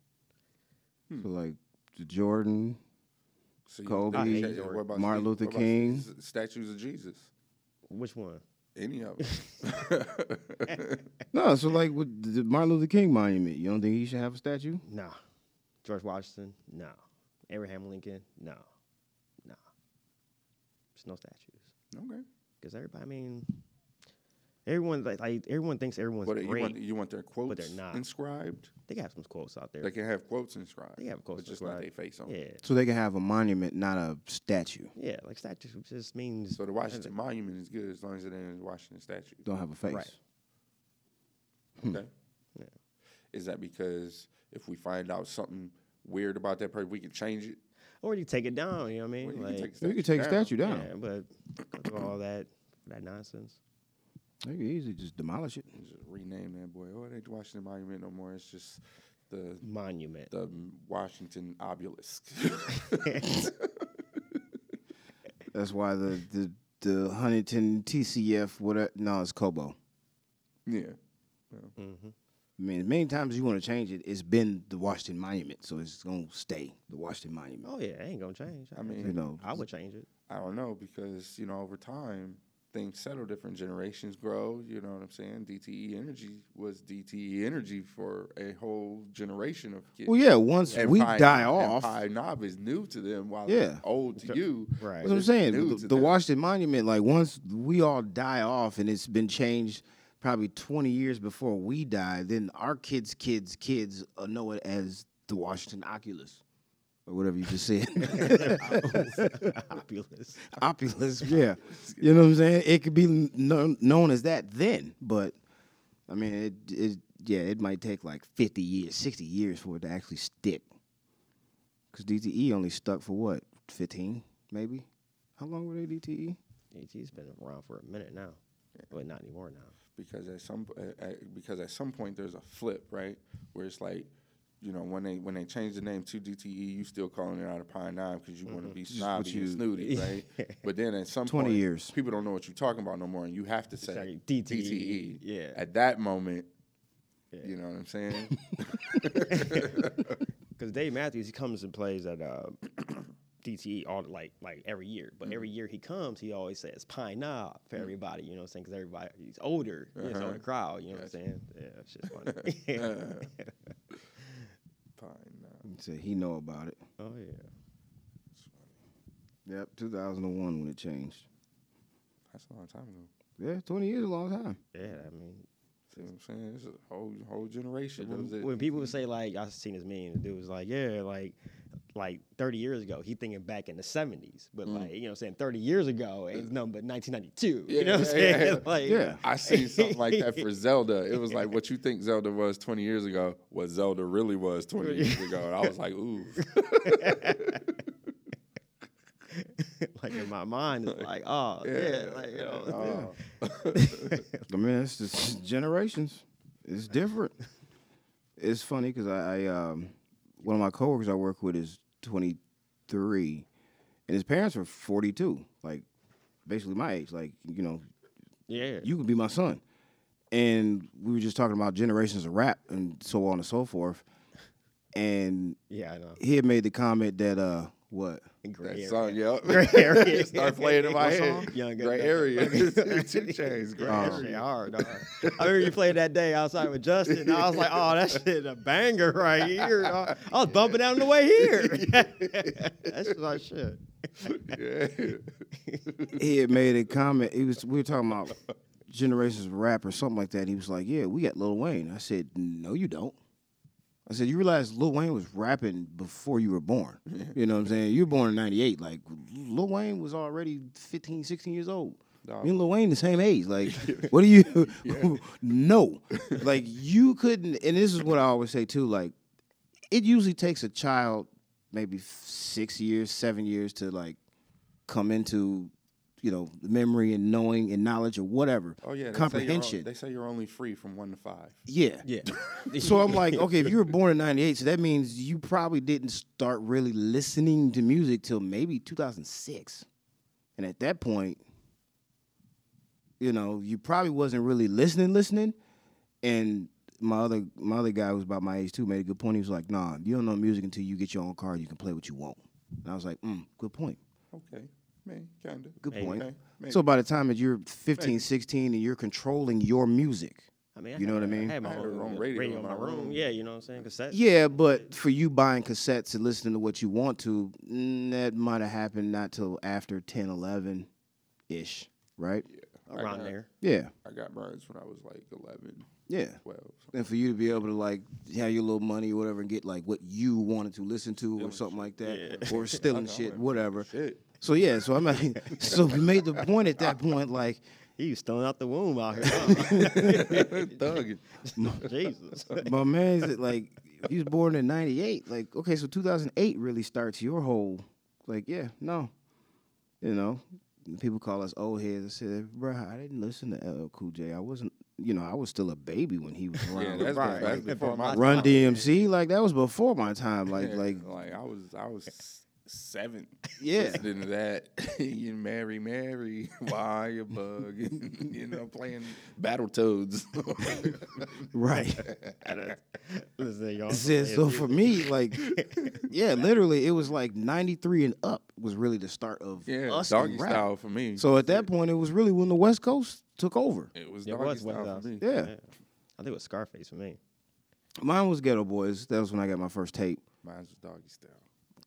Speaker 1: So like the Jordan,
Speaker 4: So you-
Speaker 1: Kobe,
Speaker 4: okay,
Speaker 3: Martin
Speaker 4: what about
Speaker 1: Martin
Speaker 4: Steve-
Speaker 1: Luther
Speaker 4: what about
Speaker 1: King.
Speaker 4: s- statues of Jesus,
Speaker 3: Which one?
Speaker 4: any of them.
Speaker 1: No, so like with the Martin Luther King monument, you don't think he should have a statue?
Speaker 3: Nah. George Washington? No. Abraham Lincoln? No. Nah. There's no statues.
Speaker 4: okay,
Speaker 3: Because everybody, I mean, everyone like, like everyone thinks everyone's
Speaker 4: but you
Speaker 3: great.
Speaker 4: want you want their quotes
Speaker 3: they're not.
Speaker 4: inscribed.
Speaker 3: they got some quotes out there.
Speaker 4: They can have quotes inscribed.
Speaker 3: They have quotes
Speaker 4: but just
Speaker 3: inscribed.
Speaker 4: not their face on. it.
Speaker 3: yeah.
Speaker 1: So they can have a monument, not a statue.
Speaker 3: Yeah, like statues just means
Speaker 4: So the Washington Monument is good as long as it ain't a Washington statue.
Speaker 1: Don't have a face.
Speaker 3: Right.
Speaker 1: Hmm.
Speaker 4: Okay.
Speaker 3: Yeah.
Speaker 4: Is that because if we find out something weird about that person, we can change it?
Speaker 3: or you take it down, you know what I mean?
Speaker 4: Well, you
Speaker 3: like
Speaker 4: can take a
Speaker 1: You could take a
Speaker 4: down.
Speaker 1: statue down.
Speaker 3: Yeah, but because of all that that nonsense.
Speaker 1: They could easily just demolish it.
Speaker 4: Just rename that boy. Oh, it ain't the Washington Monument no more. It's just the
Speaker 3: Monument.
Speaker 4: the Washington obelisk.
Speaker 1: That's why the the, the Huntington TCF whatever no, it's Kobo.
Speaker 4: yeah.
Speaker 1: I mean, as many times you want to change it, it's been the Washington Monument, so it's gonna stay the Washington Monument.
Speaker 3: oh yeah, it ain't gonna change. I,
Speaker 4: mean,
Speaker 3: mean
Speaker 1: you know,
Speaker 3: I would change it.
Speaker 4: I don't know because you know over time things settle different generations grow you know what i'm saying dte energy was dte energy for a whole generation of kids
Speaker 1: Well, yeah, once
Speaker 4: And
Speaker 1: we
Speaker 4: Pine-
Speaker 1: die
Speaker 4: and
Speaker 1: off,
Speaker 4: Pine Knob is new to them while
Speaker 1: Yeah.
Speaker 4: it's old to you.
Speaker 3: Right.
Speaker 1: That's what I'm
Speaker 4: it's
Speaker 1: saying.
Speaker 4: new
Speaker 1: The,
Speaker 4: to
Speaker 1: the
Speaker 4: them.
Speaker 1: Washington Monument, like once we all die off and it's been changed probably 20 years before we die, then our kids' kids' kids uh, know it as the Washington Oculus or whatever you just said.
Speaker 3: Populous.
Speaker 1: Oculus, yeah. You know what I'm saying? It could be known, known as that then, but I mean, it, it, yeah, it might take like 50 years, 60 years for it to actually stick. Because DTE E only stuck for what, 15 maybe? How long were they E? DTE?
Speaker 3: AT's been around for a minute now. But not anymore now.
Speaker 4: because at some uh, because at some point there's a flip, right? Where it's like, you know, when they when they change the name to DTE, you still calling it out of Pine Nine because you want to be snobby
Speaker 1: you-
Speaker 4: and snooty, right? but then at some
Speaker 1: 20
Speaker 4: point,
Speaker 1: years.
Speaker 4: people don't know what you're talking about no more, and you have to say E
Speaker 3: like
Speaker 1: E,
Speaker 3: DTE, yeah.
Speaker 4: At that moment,
Speaker 3: Yeah.
Speaker 4: you know what I'm saying?
Speaker 3: Because Dave Matthews, he comes and plays at uh, DTE all like like every year. But every
Speaker 4: Mm-hmm.
Speaker 3: year he comes, he always says pine knob for everybody. You know what I'm saying? Because everybody he's older, you know,
Speaker 4: Uh-huh.
Speaker 3: it's older crowd. You know what I'm saying? Yeah, it's just funny.
Speaker 4: Pine Knob.
Speaker 1: He said he know about it.
Speaker 3: oh yeah.
Speaker 1: Yep, 2001 when it changed.
Speaker 4: That's a long time ago.
Speaker 1: Yeah, 20 years is a long time.
Speaker 3: Yeah, I mean,
Speaker 4: See what I'm saying? This is a whole whole generation. that was
Speaker 3: when,
Speaker 4: it.
Speaker 3: when people would say like, I seen this meme. The dude was like, yeah, like, like 30 years ago, he thinking back in the 70s, but
Speaker 4: Mm.
Speaker 3: like, you know, what I'm saying 30 years ago, it's nothing but 1992. you know what I'm
Speaker 4: Uh, Yeah, yeah,
Speaker 3: saying?
Speaker 4: yeah.
Speaker 3: Like,
Speaker 1: Yeah.
Speaker 4: I seen something like that for Zelda. It was like what you think Zelda was 20 years ago, what Zelda really was 20 years ago. And I was like, ooh,
Speaker 3: like in my mind, it's like, oh yeah, like you know,
Speaker 4: oh,
Speaker 1: I mean, it's just generations. It's different. It's funny because I, I um, one of my coworkers I work with is 23, and his parents are 42, like basically my age. Like you know,
Speaker 3: Yeah.
Speaker 1: you could be my son. And we were just talking about generations of rap and so on and so forth. And
Speaker 3: yeah, I know.
Speaker 1: he had made the comment that uh what?
Speaker 4: That
Speaker 3: Gray area.
Speaker 4: song, yep.
Speaker 3: area.
Speaker 4: Start playing in my head.
Speaker 3: Young
Speaker 4: Gray
Speaker 3: Gunna.
Speaker 4: area. Two chains. Gray
Speaker 3: That
Speaker 4: area.
Speaker 3: shit hard, dog. I remember you played that day outside with Justin. and I was like, oh, that shit a banger right here. dog. I was bumping down the way here. That's just like shit.
Speaker 1: He had made a comment. He was we were talking about generations of rap or something like that. And he was like, Yeah, we got Lil Wayne. I said, No, you don't. I said, You realize Lil Wayne was rapping before you were born. You know what I'm saying? You were born in ninety eight. Like Lil Wayne was already 15, 16 years old.
Speaker 4: Dog.
Speaker 1: Me and Lil Wayne the same age. Like, what do you? no, like you couldn't. And this is what I always say too. Like, it usually takes a child maybe f- six years, seven years to like come into, you know, memory and knowing and knowledge or whatever.
Speaker 4: Oh yeah, they say you're on-
Speaker 1: comprehension.
Speaker 4: They say you're only free from one to five.
Speaker 1: Yeah.
Speaker 3: Yeah.
Speaker 1: So I'm like, okay, if you were born in 98, so that means you probably didn't start really listening to music till maybe 2006. And at that point, you know, you probably wasn't really listening, listening. And my other my other guy who was about my age too made a good point. He was like, nah, you don't know music until you get your own car and you can play what you want. And I was like, mm, good point.
Speaker 4: Okay, maybe kinda.
Speaker 1: Good
Speaker 4: Maybe.
Speaker 1: point.
Speaker 4: Okay, maybe.
Speaker 1: So by the time that you're 15, 16 and you're controlling your music,
Speaker 3: I mean, I
Speaker 1: You know
Speaker 3: had-
Speaker 1: what I mean?
Speaker 3: I had my
Speaker 4: I had
Speaker 3: own,
Speaker 4: it on
Speaker 3: radio,
Speaker 4: radio
Speaker 3: in
Speaker 4: in
Speaker 3: my
Speaker 4: my
Speaker 3: room.
Speaker 4: room.
Speaker 3: Yeah, you know what I'm saying? Cassette.
Speaker 1: Yeah, but for you buying cassettes and listening to what you want to, mm, that might have happened not till after 10, 11 ish, right?
Speaker 3: around
Speaker 4: I got,
Speaker 3: there.
Speaker 1: Yeah,
Speaker 4: I got burns when I was like 11,
Speaker 1: yeah.
Speaker 4: 12.
Speaker 1: And for you to be able to like have your little money or whatever and get like what you wanted to listen to or something like that, or stealing shit, whatever.
Speaker 4: Shit.
Speaker 1: So yeah, so I mean, so we made the point at that point, like
Speaker 3: He was throwing out the womb out here.
Speaker 4: Thugging.
Speaker 3: huh? Jesus.
Speaker 1: my man's that, like he was born in '98. Like okay, so 2008 really starts your whole like yeah no, you know. And People call us old heads. I said, bro, I didn't listen to LL Cool J. I wasn't, you know, I was still a baby when he was
Speaker 4: Yeah,
Speaker 1: around.
Speaker 4: that's,
Speaker 1: Right.
Speaker 4: that's before my
Speaker 1: Run DMC, like that was before my time. Like,
Speaker 4: Yeah,
Speaker 1: like,
Speaker 4: I was I was s- seven.
Speaker 1: Yeah.
Speaker 4: listening to that. you Mary Mary, why you bug? you know, playing Battle Toads.
Speaker 1: right.
Speaker 3: Listen, y'all.
Speaker 1: Said, so for me, like, yeah, literally, it was like '93 and up was really the start of
Speaker 4: yeah,
Speaker 1: us
Speaker 4: doggy
Speaker 1: and rap.
Speaker 4: style for me.
Speaker 1: So at that point, it was really when the West Coast took over.
Speaker 4: it was
Speaker 3: It
Speaker 4: doggy
Speaker 3: was West
Speaker 4: style
Speaker 3: Coast.
Speaker 4: for me.
Speaker 1: Yeah.
Speaker 3: I think it was Scarface for me.
Speaker 1: Mine was Ghetto Boys. That was when I got my first tape.
Speaker 4: Mine's was doggy style.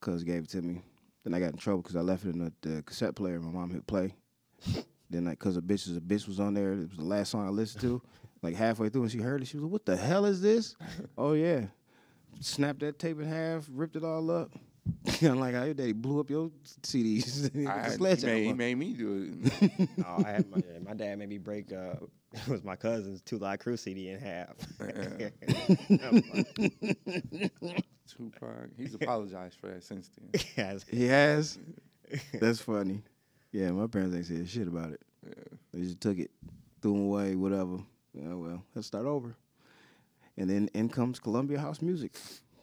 Speaker 1: Cuz gave it to me. Then I got in trouble because I left it in the, the cassette player. My mom hit play. then like, cause a bitch is a bitch was on there. It was the last song I listened to. like halfway through, and she heard it. She was like, "What the hell is this?" oh yeah. Snapped that tape in half, ripped it all up. I'm like, "How your daddy blew up your CDs?"
Speaker 4: I had, he,
Speaker 1: Sledgehammer.
Speaker 4: made, he made me do it.
Speaker 3: Oh, I had my, yeah, my dad made me break. Uh, it was my cousin's Two Live Crew CD in half.
Speaker 4: Tupac. He's apologized for that since then.
Speaker 3: Yes.
Speaker 1: He has. That's funny. Yeah, my parents ain't said shit about it. They just took it, threw 'em away, whatever. Yeah, well, let's start over. And then in comes Columbia House Music,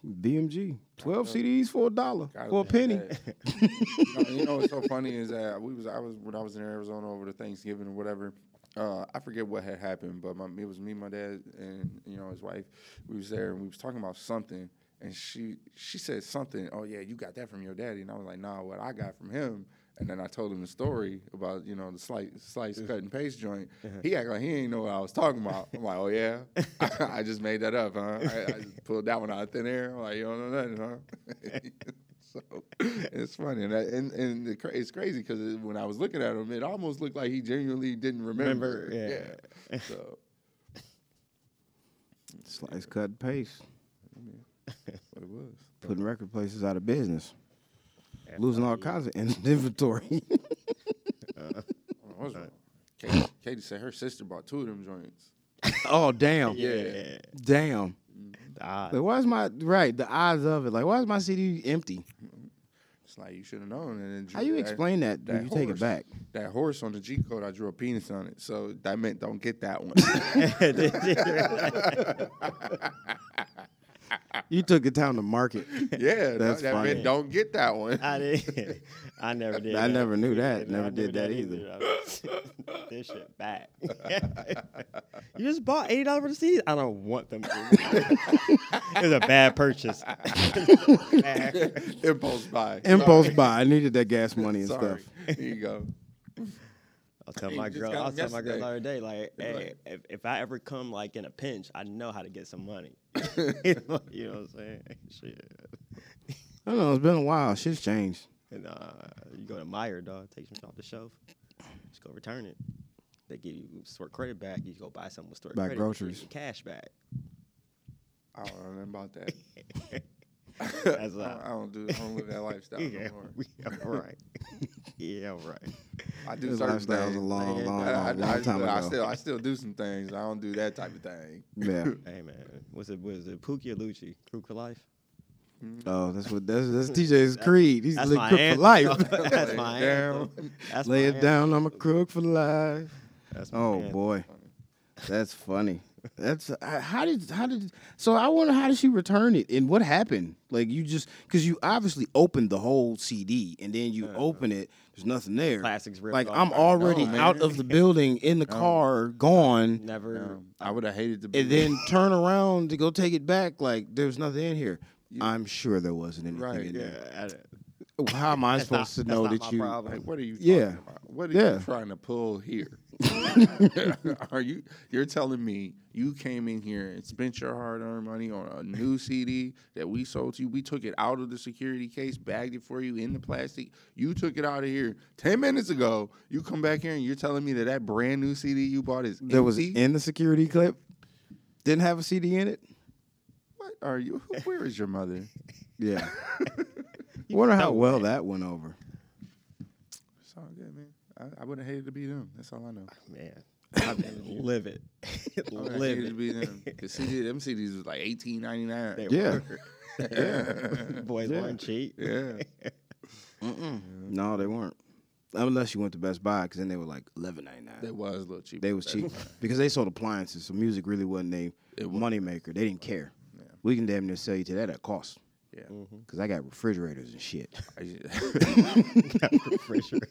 Speaker 1: BMG, twelve CDs for a dollar,
Speaker 4: Gotta
Speaker 1: for a
Speaker 4: love
Speaker 1: penny.
Speaker 4: that. you, know, you know what's so funny is that we was I was when I was in Arizona over the Thanksgiving or whatever. Uh, I forget what had happened, but my, it was me, my dad, and you know his wife. We was there and we was talking about something, and she she said something. Oh yeah, you got that from your daddy, and I was like, nah, what I got from him. And then I told him the story about you know the slice, slice, cut and paste joint.
Speaker 1: Uh-huh.
Speaker 4: He act like he ain't know what I was talking about. I'm like, oh yeah, I, just made that up, huh? I, I just pulled that one out of thin air. I'm like, you don't know nothing, huh? So it's funny, and I, and, and the, cra- it's crazy because it, when I was looking at him, it almost looked like he genuinely didn't remember.
Speaker 3: Remember,
Speaker 4: yeah. So
Speaker 1: Slice, cut, and paste,
Speaker 4: what it was.
Speaker 1: putting record places out of business, losing all kinds of in- inventory.
Speaker 4: I don't know what's wrong. Katie, Katie said her sister bought two of them joints.
Speaker 1: oh damn,
Speaker 3: Yeah.
Speaker 1: damn.
Speaker 3: The odds.
Speaker 1: Like, why is my right the odds of it? Like, why is my CD empty?
Speaker 4: It's like you should have known. And then
Speaker 1: How
Speaker 4: drew
Speaker 1: you explain that? when you take it
Speaker 4: horse-
Speaker 1: back?
Speaker 4: That horse on the G code, I drew a penis on it, so that meant don't get that one.
Speaker 1: You took it down to market.
Speaker 4: Yeah,
Speaker 1: That's
Speaker 4: that, that
Speaker 1: funny.
Speaker 4: men don't get that one.
Speaker 3: I did. I never did.
Speaker 1: I
Speaker 3: that.
Speaker 1: never knew that.
Speaker 3: I
Speaker 1: Never did that
Speaker 3: either. this shit back. you just bought eighty dollars worth of CDs. I don't want them. it was a bad purchase.
Speaker 4: Impulse buy.
Speaker 1: Impulse buy. I needed that gas money and
Speaker 4: Sorry.
Speaker 1: stuff.
Speaker 4: There you go.
Speaker 3: I'll tell
Speaker 4: Hey,
Speaker 3: my
Speaker 4: you just
Speaker 3: girl.
Speaker 4: got
Speaker 3: I'll
Speaker 4: them
Speaker 3: tell my girl the
Speaker 4: yesterday.
Speaker 3: other day, like,
Speaker 4: They're
Speaker 3: hey,
Speaker 4: like-
Speaker 3: if, if I ever come like in a pinch, I know how to get some money. you know what I'm saying? Shit.
Speaker 1: I don't know. It's been a while. Shit's changed.
Speaker 3: And uh, you go to Meyer, dog, take some shit off the shelf, just go return it. They give you store credit back. You go buy something with store
Speaker 1: Buy
Speaker 3: credit. you get
Speaker 1: groceries.
Speaker 3: your cash back.
Speaker 4: I don't know about that.
Speaker 3: That's
Speaker 4: I, don't, I
Speaker 3: uh,
Speaker 4: don't do. I don't live that lifestyle
Speaker 3: yeah,
Speaker 4: no more.
Speaker 3: yeah, right. yeah, right.
Speaker 4: I do
Speaker 1: This
Speaker 4: certain
Speaker 1: lifestyle was
Speaker 4: things.
Speaker 1: a long,
Speaker 3: Like,
Speaker 1: long,
Speaker 4: I, I,
Speaker 1: long, long
Speaker 4: I,
Speaker 1: time
Speaker 4: I
Speaker 1: ago.
Speaker 4: still, I still do some things. I don't do that type of thing.
Speaker 1: Yeah.
Speaker 3: Hey man, was it was it Pookie or Lucci? Crew for life.
Speaker 1: Oh, that's what that's, that's TJ's creed. He's
Speaker 3: That's
Speaker 1: a
Speaker 3: my
Speaker 1: crook for
Speaker 3: anthem.
Speaker 1: life.
Speaker 3: That's
Speaker 4: Lay
Speaker 3: my
Speaker 4: it down.
Speaker 3: anthem. That's
Speaker 1: Lay
Speaker 3: my
Speaker 1: it
Speaker 3: anthem.
Speaker 1: down. I'm a crook for life.
Speaker 3: That's my
Speaker 1: Oh
Speaker 3: anthem.
Speaker 1: boy, that's funny. That's I- how did how did so I wonder how did she return it and what happened? Like you just because you obviously opened the whole CD and then
Speaker 3: Uh-huh.
Speaker 1: you open it, there's nothing there.
Speaker 3: Plastics ripped
Speaker 1: Like
Speaker 3: off.
Speaker 1: I'm already
Speaker 4: No, man.
Speaker 1: out of the building in the car, gone,
Speaker 3: Never.
Speaker 4: Um, I would have hated to be.
Speaker 1: and then turn around to go take it back. Like there's nothing in here. I'm sure there wasn't anything
Speaker 4: Right,
Speaker 1: in
Speaker 4: yeah.
Speaker 1: there.
Speaker 3: Yeah, I don't-
Speaker 1: How am I
Speaker 3: that's not-
Speaker 1: supposed
Speaker 3: that's
Speaker 1: to know
Speaker 3: not
Speaker 1: that
Speaker 3: my
Speaker 1: you?
Speaker 3: problem.
Speaker 4: like, what are you?
Speaker 1: Yeah.
Speaker 4: Talking about? What are
Speaker 1: Yeah.
Speaker 4: you trying to pull here? are you? You're telling me you came in here and spent your hard-earned money on a new CD that we sold to you. We took it out of the security case, bagged it for you in the plastic. You took it out of here ten minutes ago. You come back here and you're telling me that that brand new CD you bought is
Speaker 1: that was
Speaker 4: empty?
Speaker 1: in the security clip didn't have a CD in it.
Speaker 4: What are you? who- Where is your mother?
Speaker 1: Yeah. Wonder how well that went over.
Speaker 4: It's all good, man. I, I would have hated to be them. That's all I know.
Speaker 3: man, I've been live it,
Speaker 4: I would've
Speaker 3: live
Speaker 4: hated to
Speaker 3: it.
Speaker 4: be them. The CD, them CDs was like eighteen ninety
Speaker 3: They
Speaker 4: nine.
Speaker 1: Yeah.
Speaker 3: were. Boys weren't cheap.
Speaker 4: Yeah.
Speaker 1: No, they weren't. Unless you went to Best Buy, because then they were like eleven ninety nine.
Speaker 4: That was a little cheap.
Speaker 1: They was cheap because they sold appliances, so music really wasn't a moneymaker. They didn't care. We can damn near sell you to that at cost.
Speaker 4: Yeah.
Speaker 1: Cause I got refrigerators and shit.
Speaker 4: I just-
Speaker 3: refrigerator.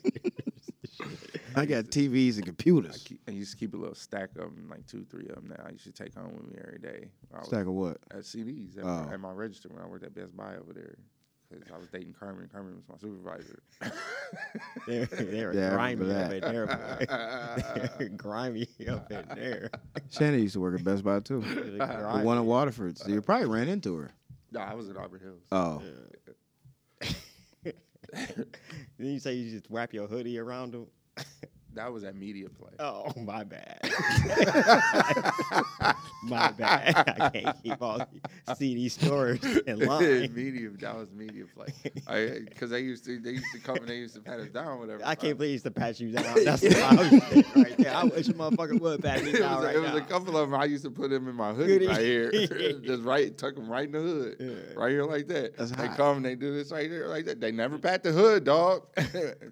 Speaker 1: I got TVs and computers.
Speaker 4: I used to keep a little stack of them, like two, three of them. Now I used to take home with me every day. I was
Speaker 1: Stack of what?
Speaker 4: at CDs at,
Speaker 1: Oh.
Speaker 4: my, at my register when I worked at Best Buy over there because I was dating Carmen. Carmen was my supervisor.
Speaker 3: they, were- they were
Speaker 1: Yeah, I remember
Speaker 3: grimy up
Speaker 1: that.
Speaker 3: in there, boy. They were grimy up in there.
Speaker 1: Shannon used to work at Best Buy too.
Speaker 3: They were
Speaker 1: The
Speaker 3: grimy.
Speaker 1: one in Waterford. So you probably ran into her.
Speaker 4: no, I was at Auburn Hills.
Speaker 1: Oh.
Speaker 3: Then you say you just wrap your hoodie around them.
Speaker 4: That was at Media Play.
Speaker 3: Oh, my bad. my bad. I can't keep all the CD stores in line.
Speaker 4: media, that was media play. Because they used to, they used to come and they used to pat us down, whatever. Uh,
Speaker 3: I can't believe it's to pat you down. That's the loud shit right there. I wish a motherfucker would pat me
Speaker 4: It was,
Speaker 3: down
Speaker 4: a,
Speaker 3: right
Speaker 4: it was
Speaker 3: now.
Speaker 4: a couple of them. I used to put them in my
Speaker 3: Hoodie.
Speaker 4: hoodie right here, just right, tuck them right in the hood,
Speaker 3: Yeah.
Speaker 4: right here like that.
Speaker 1: That's
Speaker 4: they
Speaker 1: hot.
Speaker 4: come, they do this right there like that. They never pat the hood, dog.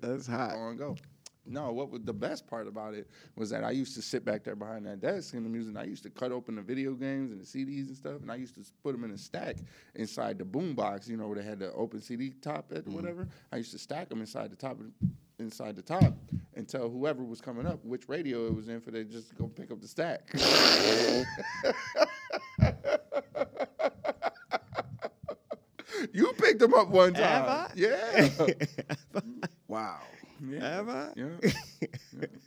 Speaker 1: That's hot.
Speaker 4: on go. No, what was the best part about it was that I used to sit back there behind that desk in the music. And I used to cut open the video games and the CDs and stuff, and I used to s- put them in a stack inside the boom box. You know where they had the open CD top
Speaker 3: Mm-hmm.
Speaker 4: at or whatever. I used to stack them inside the top, of the- inside the top, and tell whoever was coming up which radio it was in for they just go pick up the stack. you picked them up one time.
Speaker 3: Have I?
Speaker 4: Yeah.
Speaker 1: Wow.
Speaker 4: yeah.
Speaker 3: Have I?
Speaker 4: Yeah.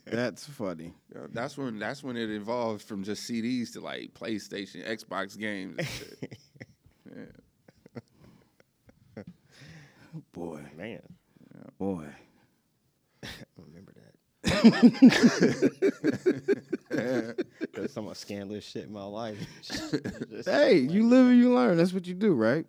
Speaker 1: That's funny.
Speaker 4: Yeah, that's when that's when it evolved from just CDs to like PlayStation, Xbox games. And shit. yeah.
Speaker 1: Boy.
Speaker 3: Man,
Speaker 1: Boy.
Speaker 3: I remember that. There's so much scandalous shit in my life. Just-
Speaker 1: Hey, you live and you learn. That's what you do, right?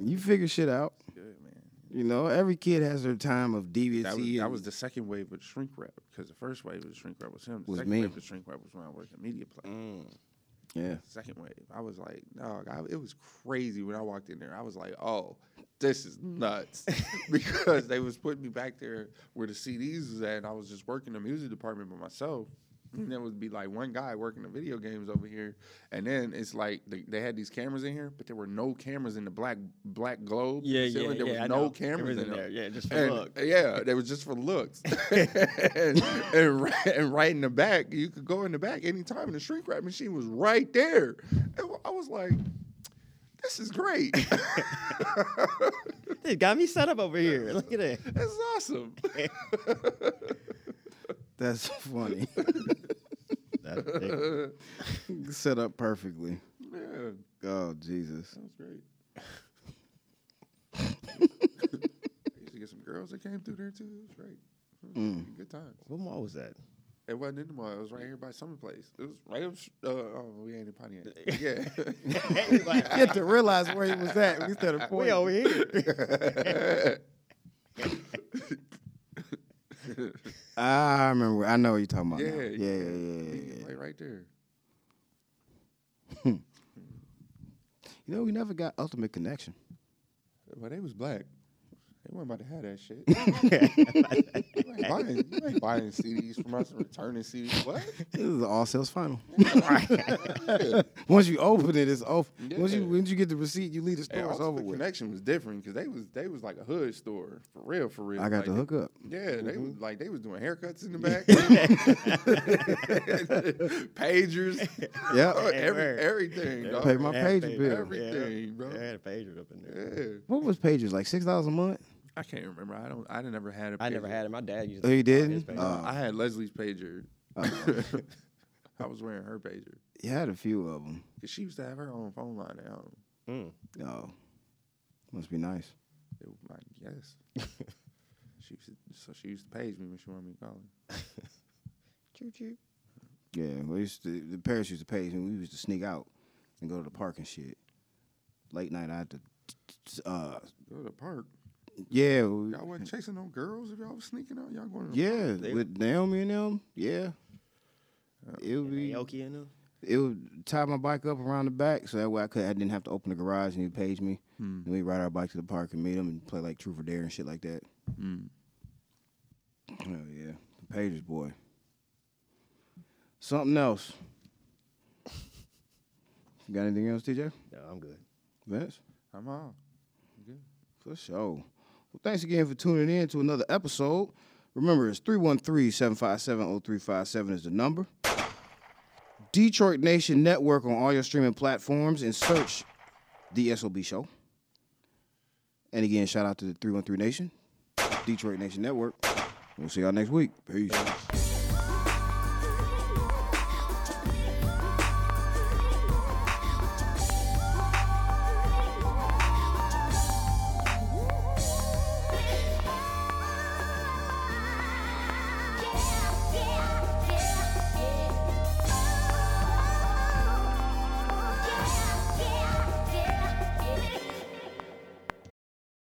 Speaker 1: You figure shit out.
Speaker 4: Good man.
Speaker 1: You know, every kid has their time of deviancy.
Speaker 4: That was, that
Speaker 1: and-
Speaker 4: was the second wave of shrink wrap because the first wave of the shrink wrap was him. The
Speaker 1: Was
Speaker 4: second
Speaker 1: me.
Speaker 4: wave of shrink wrap was when I worked at Media Play.
Speaker 1: yeah.
Speaker 4: Second wave, I was like, dog, I, it was crazy when I walked in there. I was like, oh, this is nuts because they was putting me back there where the CDs was at, and I was just working the music department by myself. And there would be like one guy working the video games over here, and then it's like they, they had these cameras in here, but there were no cameras in the black black globe.
Speaker 3: Yeah,
Speaker 4: ceiling.
Speaker 3: yeah,
Speaker 4: There
Speaker 3: yeah, I
Speaker 4: was no
Speaker 3: know.
Speaker 4: cameras
Speaker 3: Cameras
Speaker 4: in
Speaker 3: in
Speaker 4: there.
Speaker 3: there, yeah, just for
Speaker 4: and,
Speaker 3: look.
Speaker 4: Yeah, they was just for looks. and, and right, and right in the back, you could go in the back anytime, and the shrink wrap machine was right there. And I was like, this is great.
Speaker 3: They got me set up over here. Look at that.
Speaker 4: That's awesome.
Speaker 1: That's funny.
Speaker 3: That-
Speaker 1: Set up perfectly.
Speaker 4: Yeah, that
Speaker 1: Oh Jesus.
Speaker 4: was great. I used to get some girls that came through there too. It was great. It was
Speaker 1: Hmm.
Speaker 4: Good times.
Speaker 3: what mall was that?
Speaker 4: It wasn't in the mall. It was right here by Summer Place. It was right up. sh- Uh, oh, we ain't in Pontiac. Yeah.
Speaker 1: You had to realize where he was at. We started
Speaker 3: We over here.
Speaker 1: I remember. I know what you're talking about. now.
Speaker 4: Yeah,
Speaker 1: Yeah, yeah, yeah, yeah, yeah.
Speaker 4: Like right there.
Speaker 1: You know, we never got Ultimate Connection.
Speaker 4: But they was black. They weren't about to have that shit. you, ain't buying, you ain't buying CDs from us and returning CDs. What?
Speaker 1: This is the all sales final. once you open it, it's off. Once you
Speaker 4: Yeah.
Speaker 1: once you get the receipt, you leave the store.
Speaker 4: And
Speaker 1: it's
Speaker 4: also
Speaker 1: over
Speaker 4: the
Speaker 1: with.
Speaker 4: connection was different because they was they was like a hood store for real, for real.
Speaker 1: I got
Speaker 4: like,
Speaker 1: the
Speaker 4: they-
Speaker 1: hookup. Mm-hmm.
Speaker 4: Yeah, they was like they was doing haircuts in the back, pagers, Oh,
Speaker 1: Yeah.
Speaker 4: every,
Speaker 3: word.
Speaker 4: everything. dog.
Speaker 1: Pay my
Speaker 3: They had a
Speaker 1: pager
Speaker 3: pager.
Speaker 1: bill.
Speaker 4: Everything,
Speaker 3: yeah,
Speaker 4: bro.
Speaker 3: They had a pager up in there.
Speaker 4: Yeah.
Speaker 1: What was pages like six dollars a month?
Speaker 4: I can't remember. I don't. I never had a.
Speaker 3: I never
Speaker 4: pager.
Speaker 3: had it. My dad used.
Speaker 1: Oh, you
Speaker 3: to have his
Speaker 1: didn't?
Speaker 3: pager.
Speaker 1: Oh.
Speaker 4: Uh, I had Leslie's pager.
Speaker 1: Uh.
Speaker 4: I was wearing her pager
Speaker 1: You had a few of them.
Speaker 4: because she used to have her own phone line at home.
Speaker 3: Mm.
Speaker 1: Oh, must be nice.
Speaker 4: It was like yes. she used to, so she used to page me when she wanted me to call her.
Speaker 3: Choo choo.
Speaker 1: Yeah, we used to the parents used to pay us, and we used to sneak out and go to the park and shit. Late night, I had to. Uh,
Speaker 4: Go to the park.
Speaker 1: yeah, we-
Speaker 4: Y'all wasn't chasing no girls if y'all was sneaking out. Y'all going to
Speaker 1: yeah, with Naomi and them, yeah. It would be
Speaker 3: Aoki in them.
Speaker 1: it would tie my bike up around the back, so that way I could I didn't have to open the garage and he'd page me. And we ride our bike to the park and meet him and play like truth or dare and shit like that. Oh yeah, the pagers boy. Something else. You got anything else, TJ?
Speaker 3: No, I'm good.
Speaker 1: Vince?
Speaker 4: I'm out. Good.
Speaker 1: For sure. Well, thanks again for tuning in to another episode. Remember, it's 313 757 0357 is the number. Detroit Nation Network on all your streaming platforms and search The SOB Show. And again, shout out to the 313 Nation, Detroit Nation Network. We'll see y'all next week. Peace.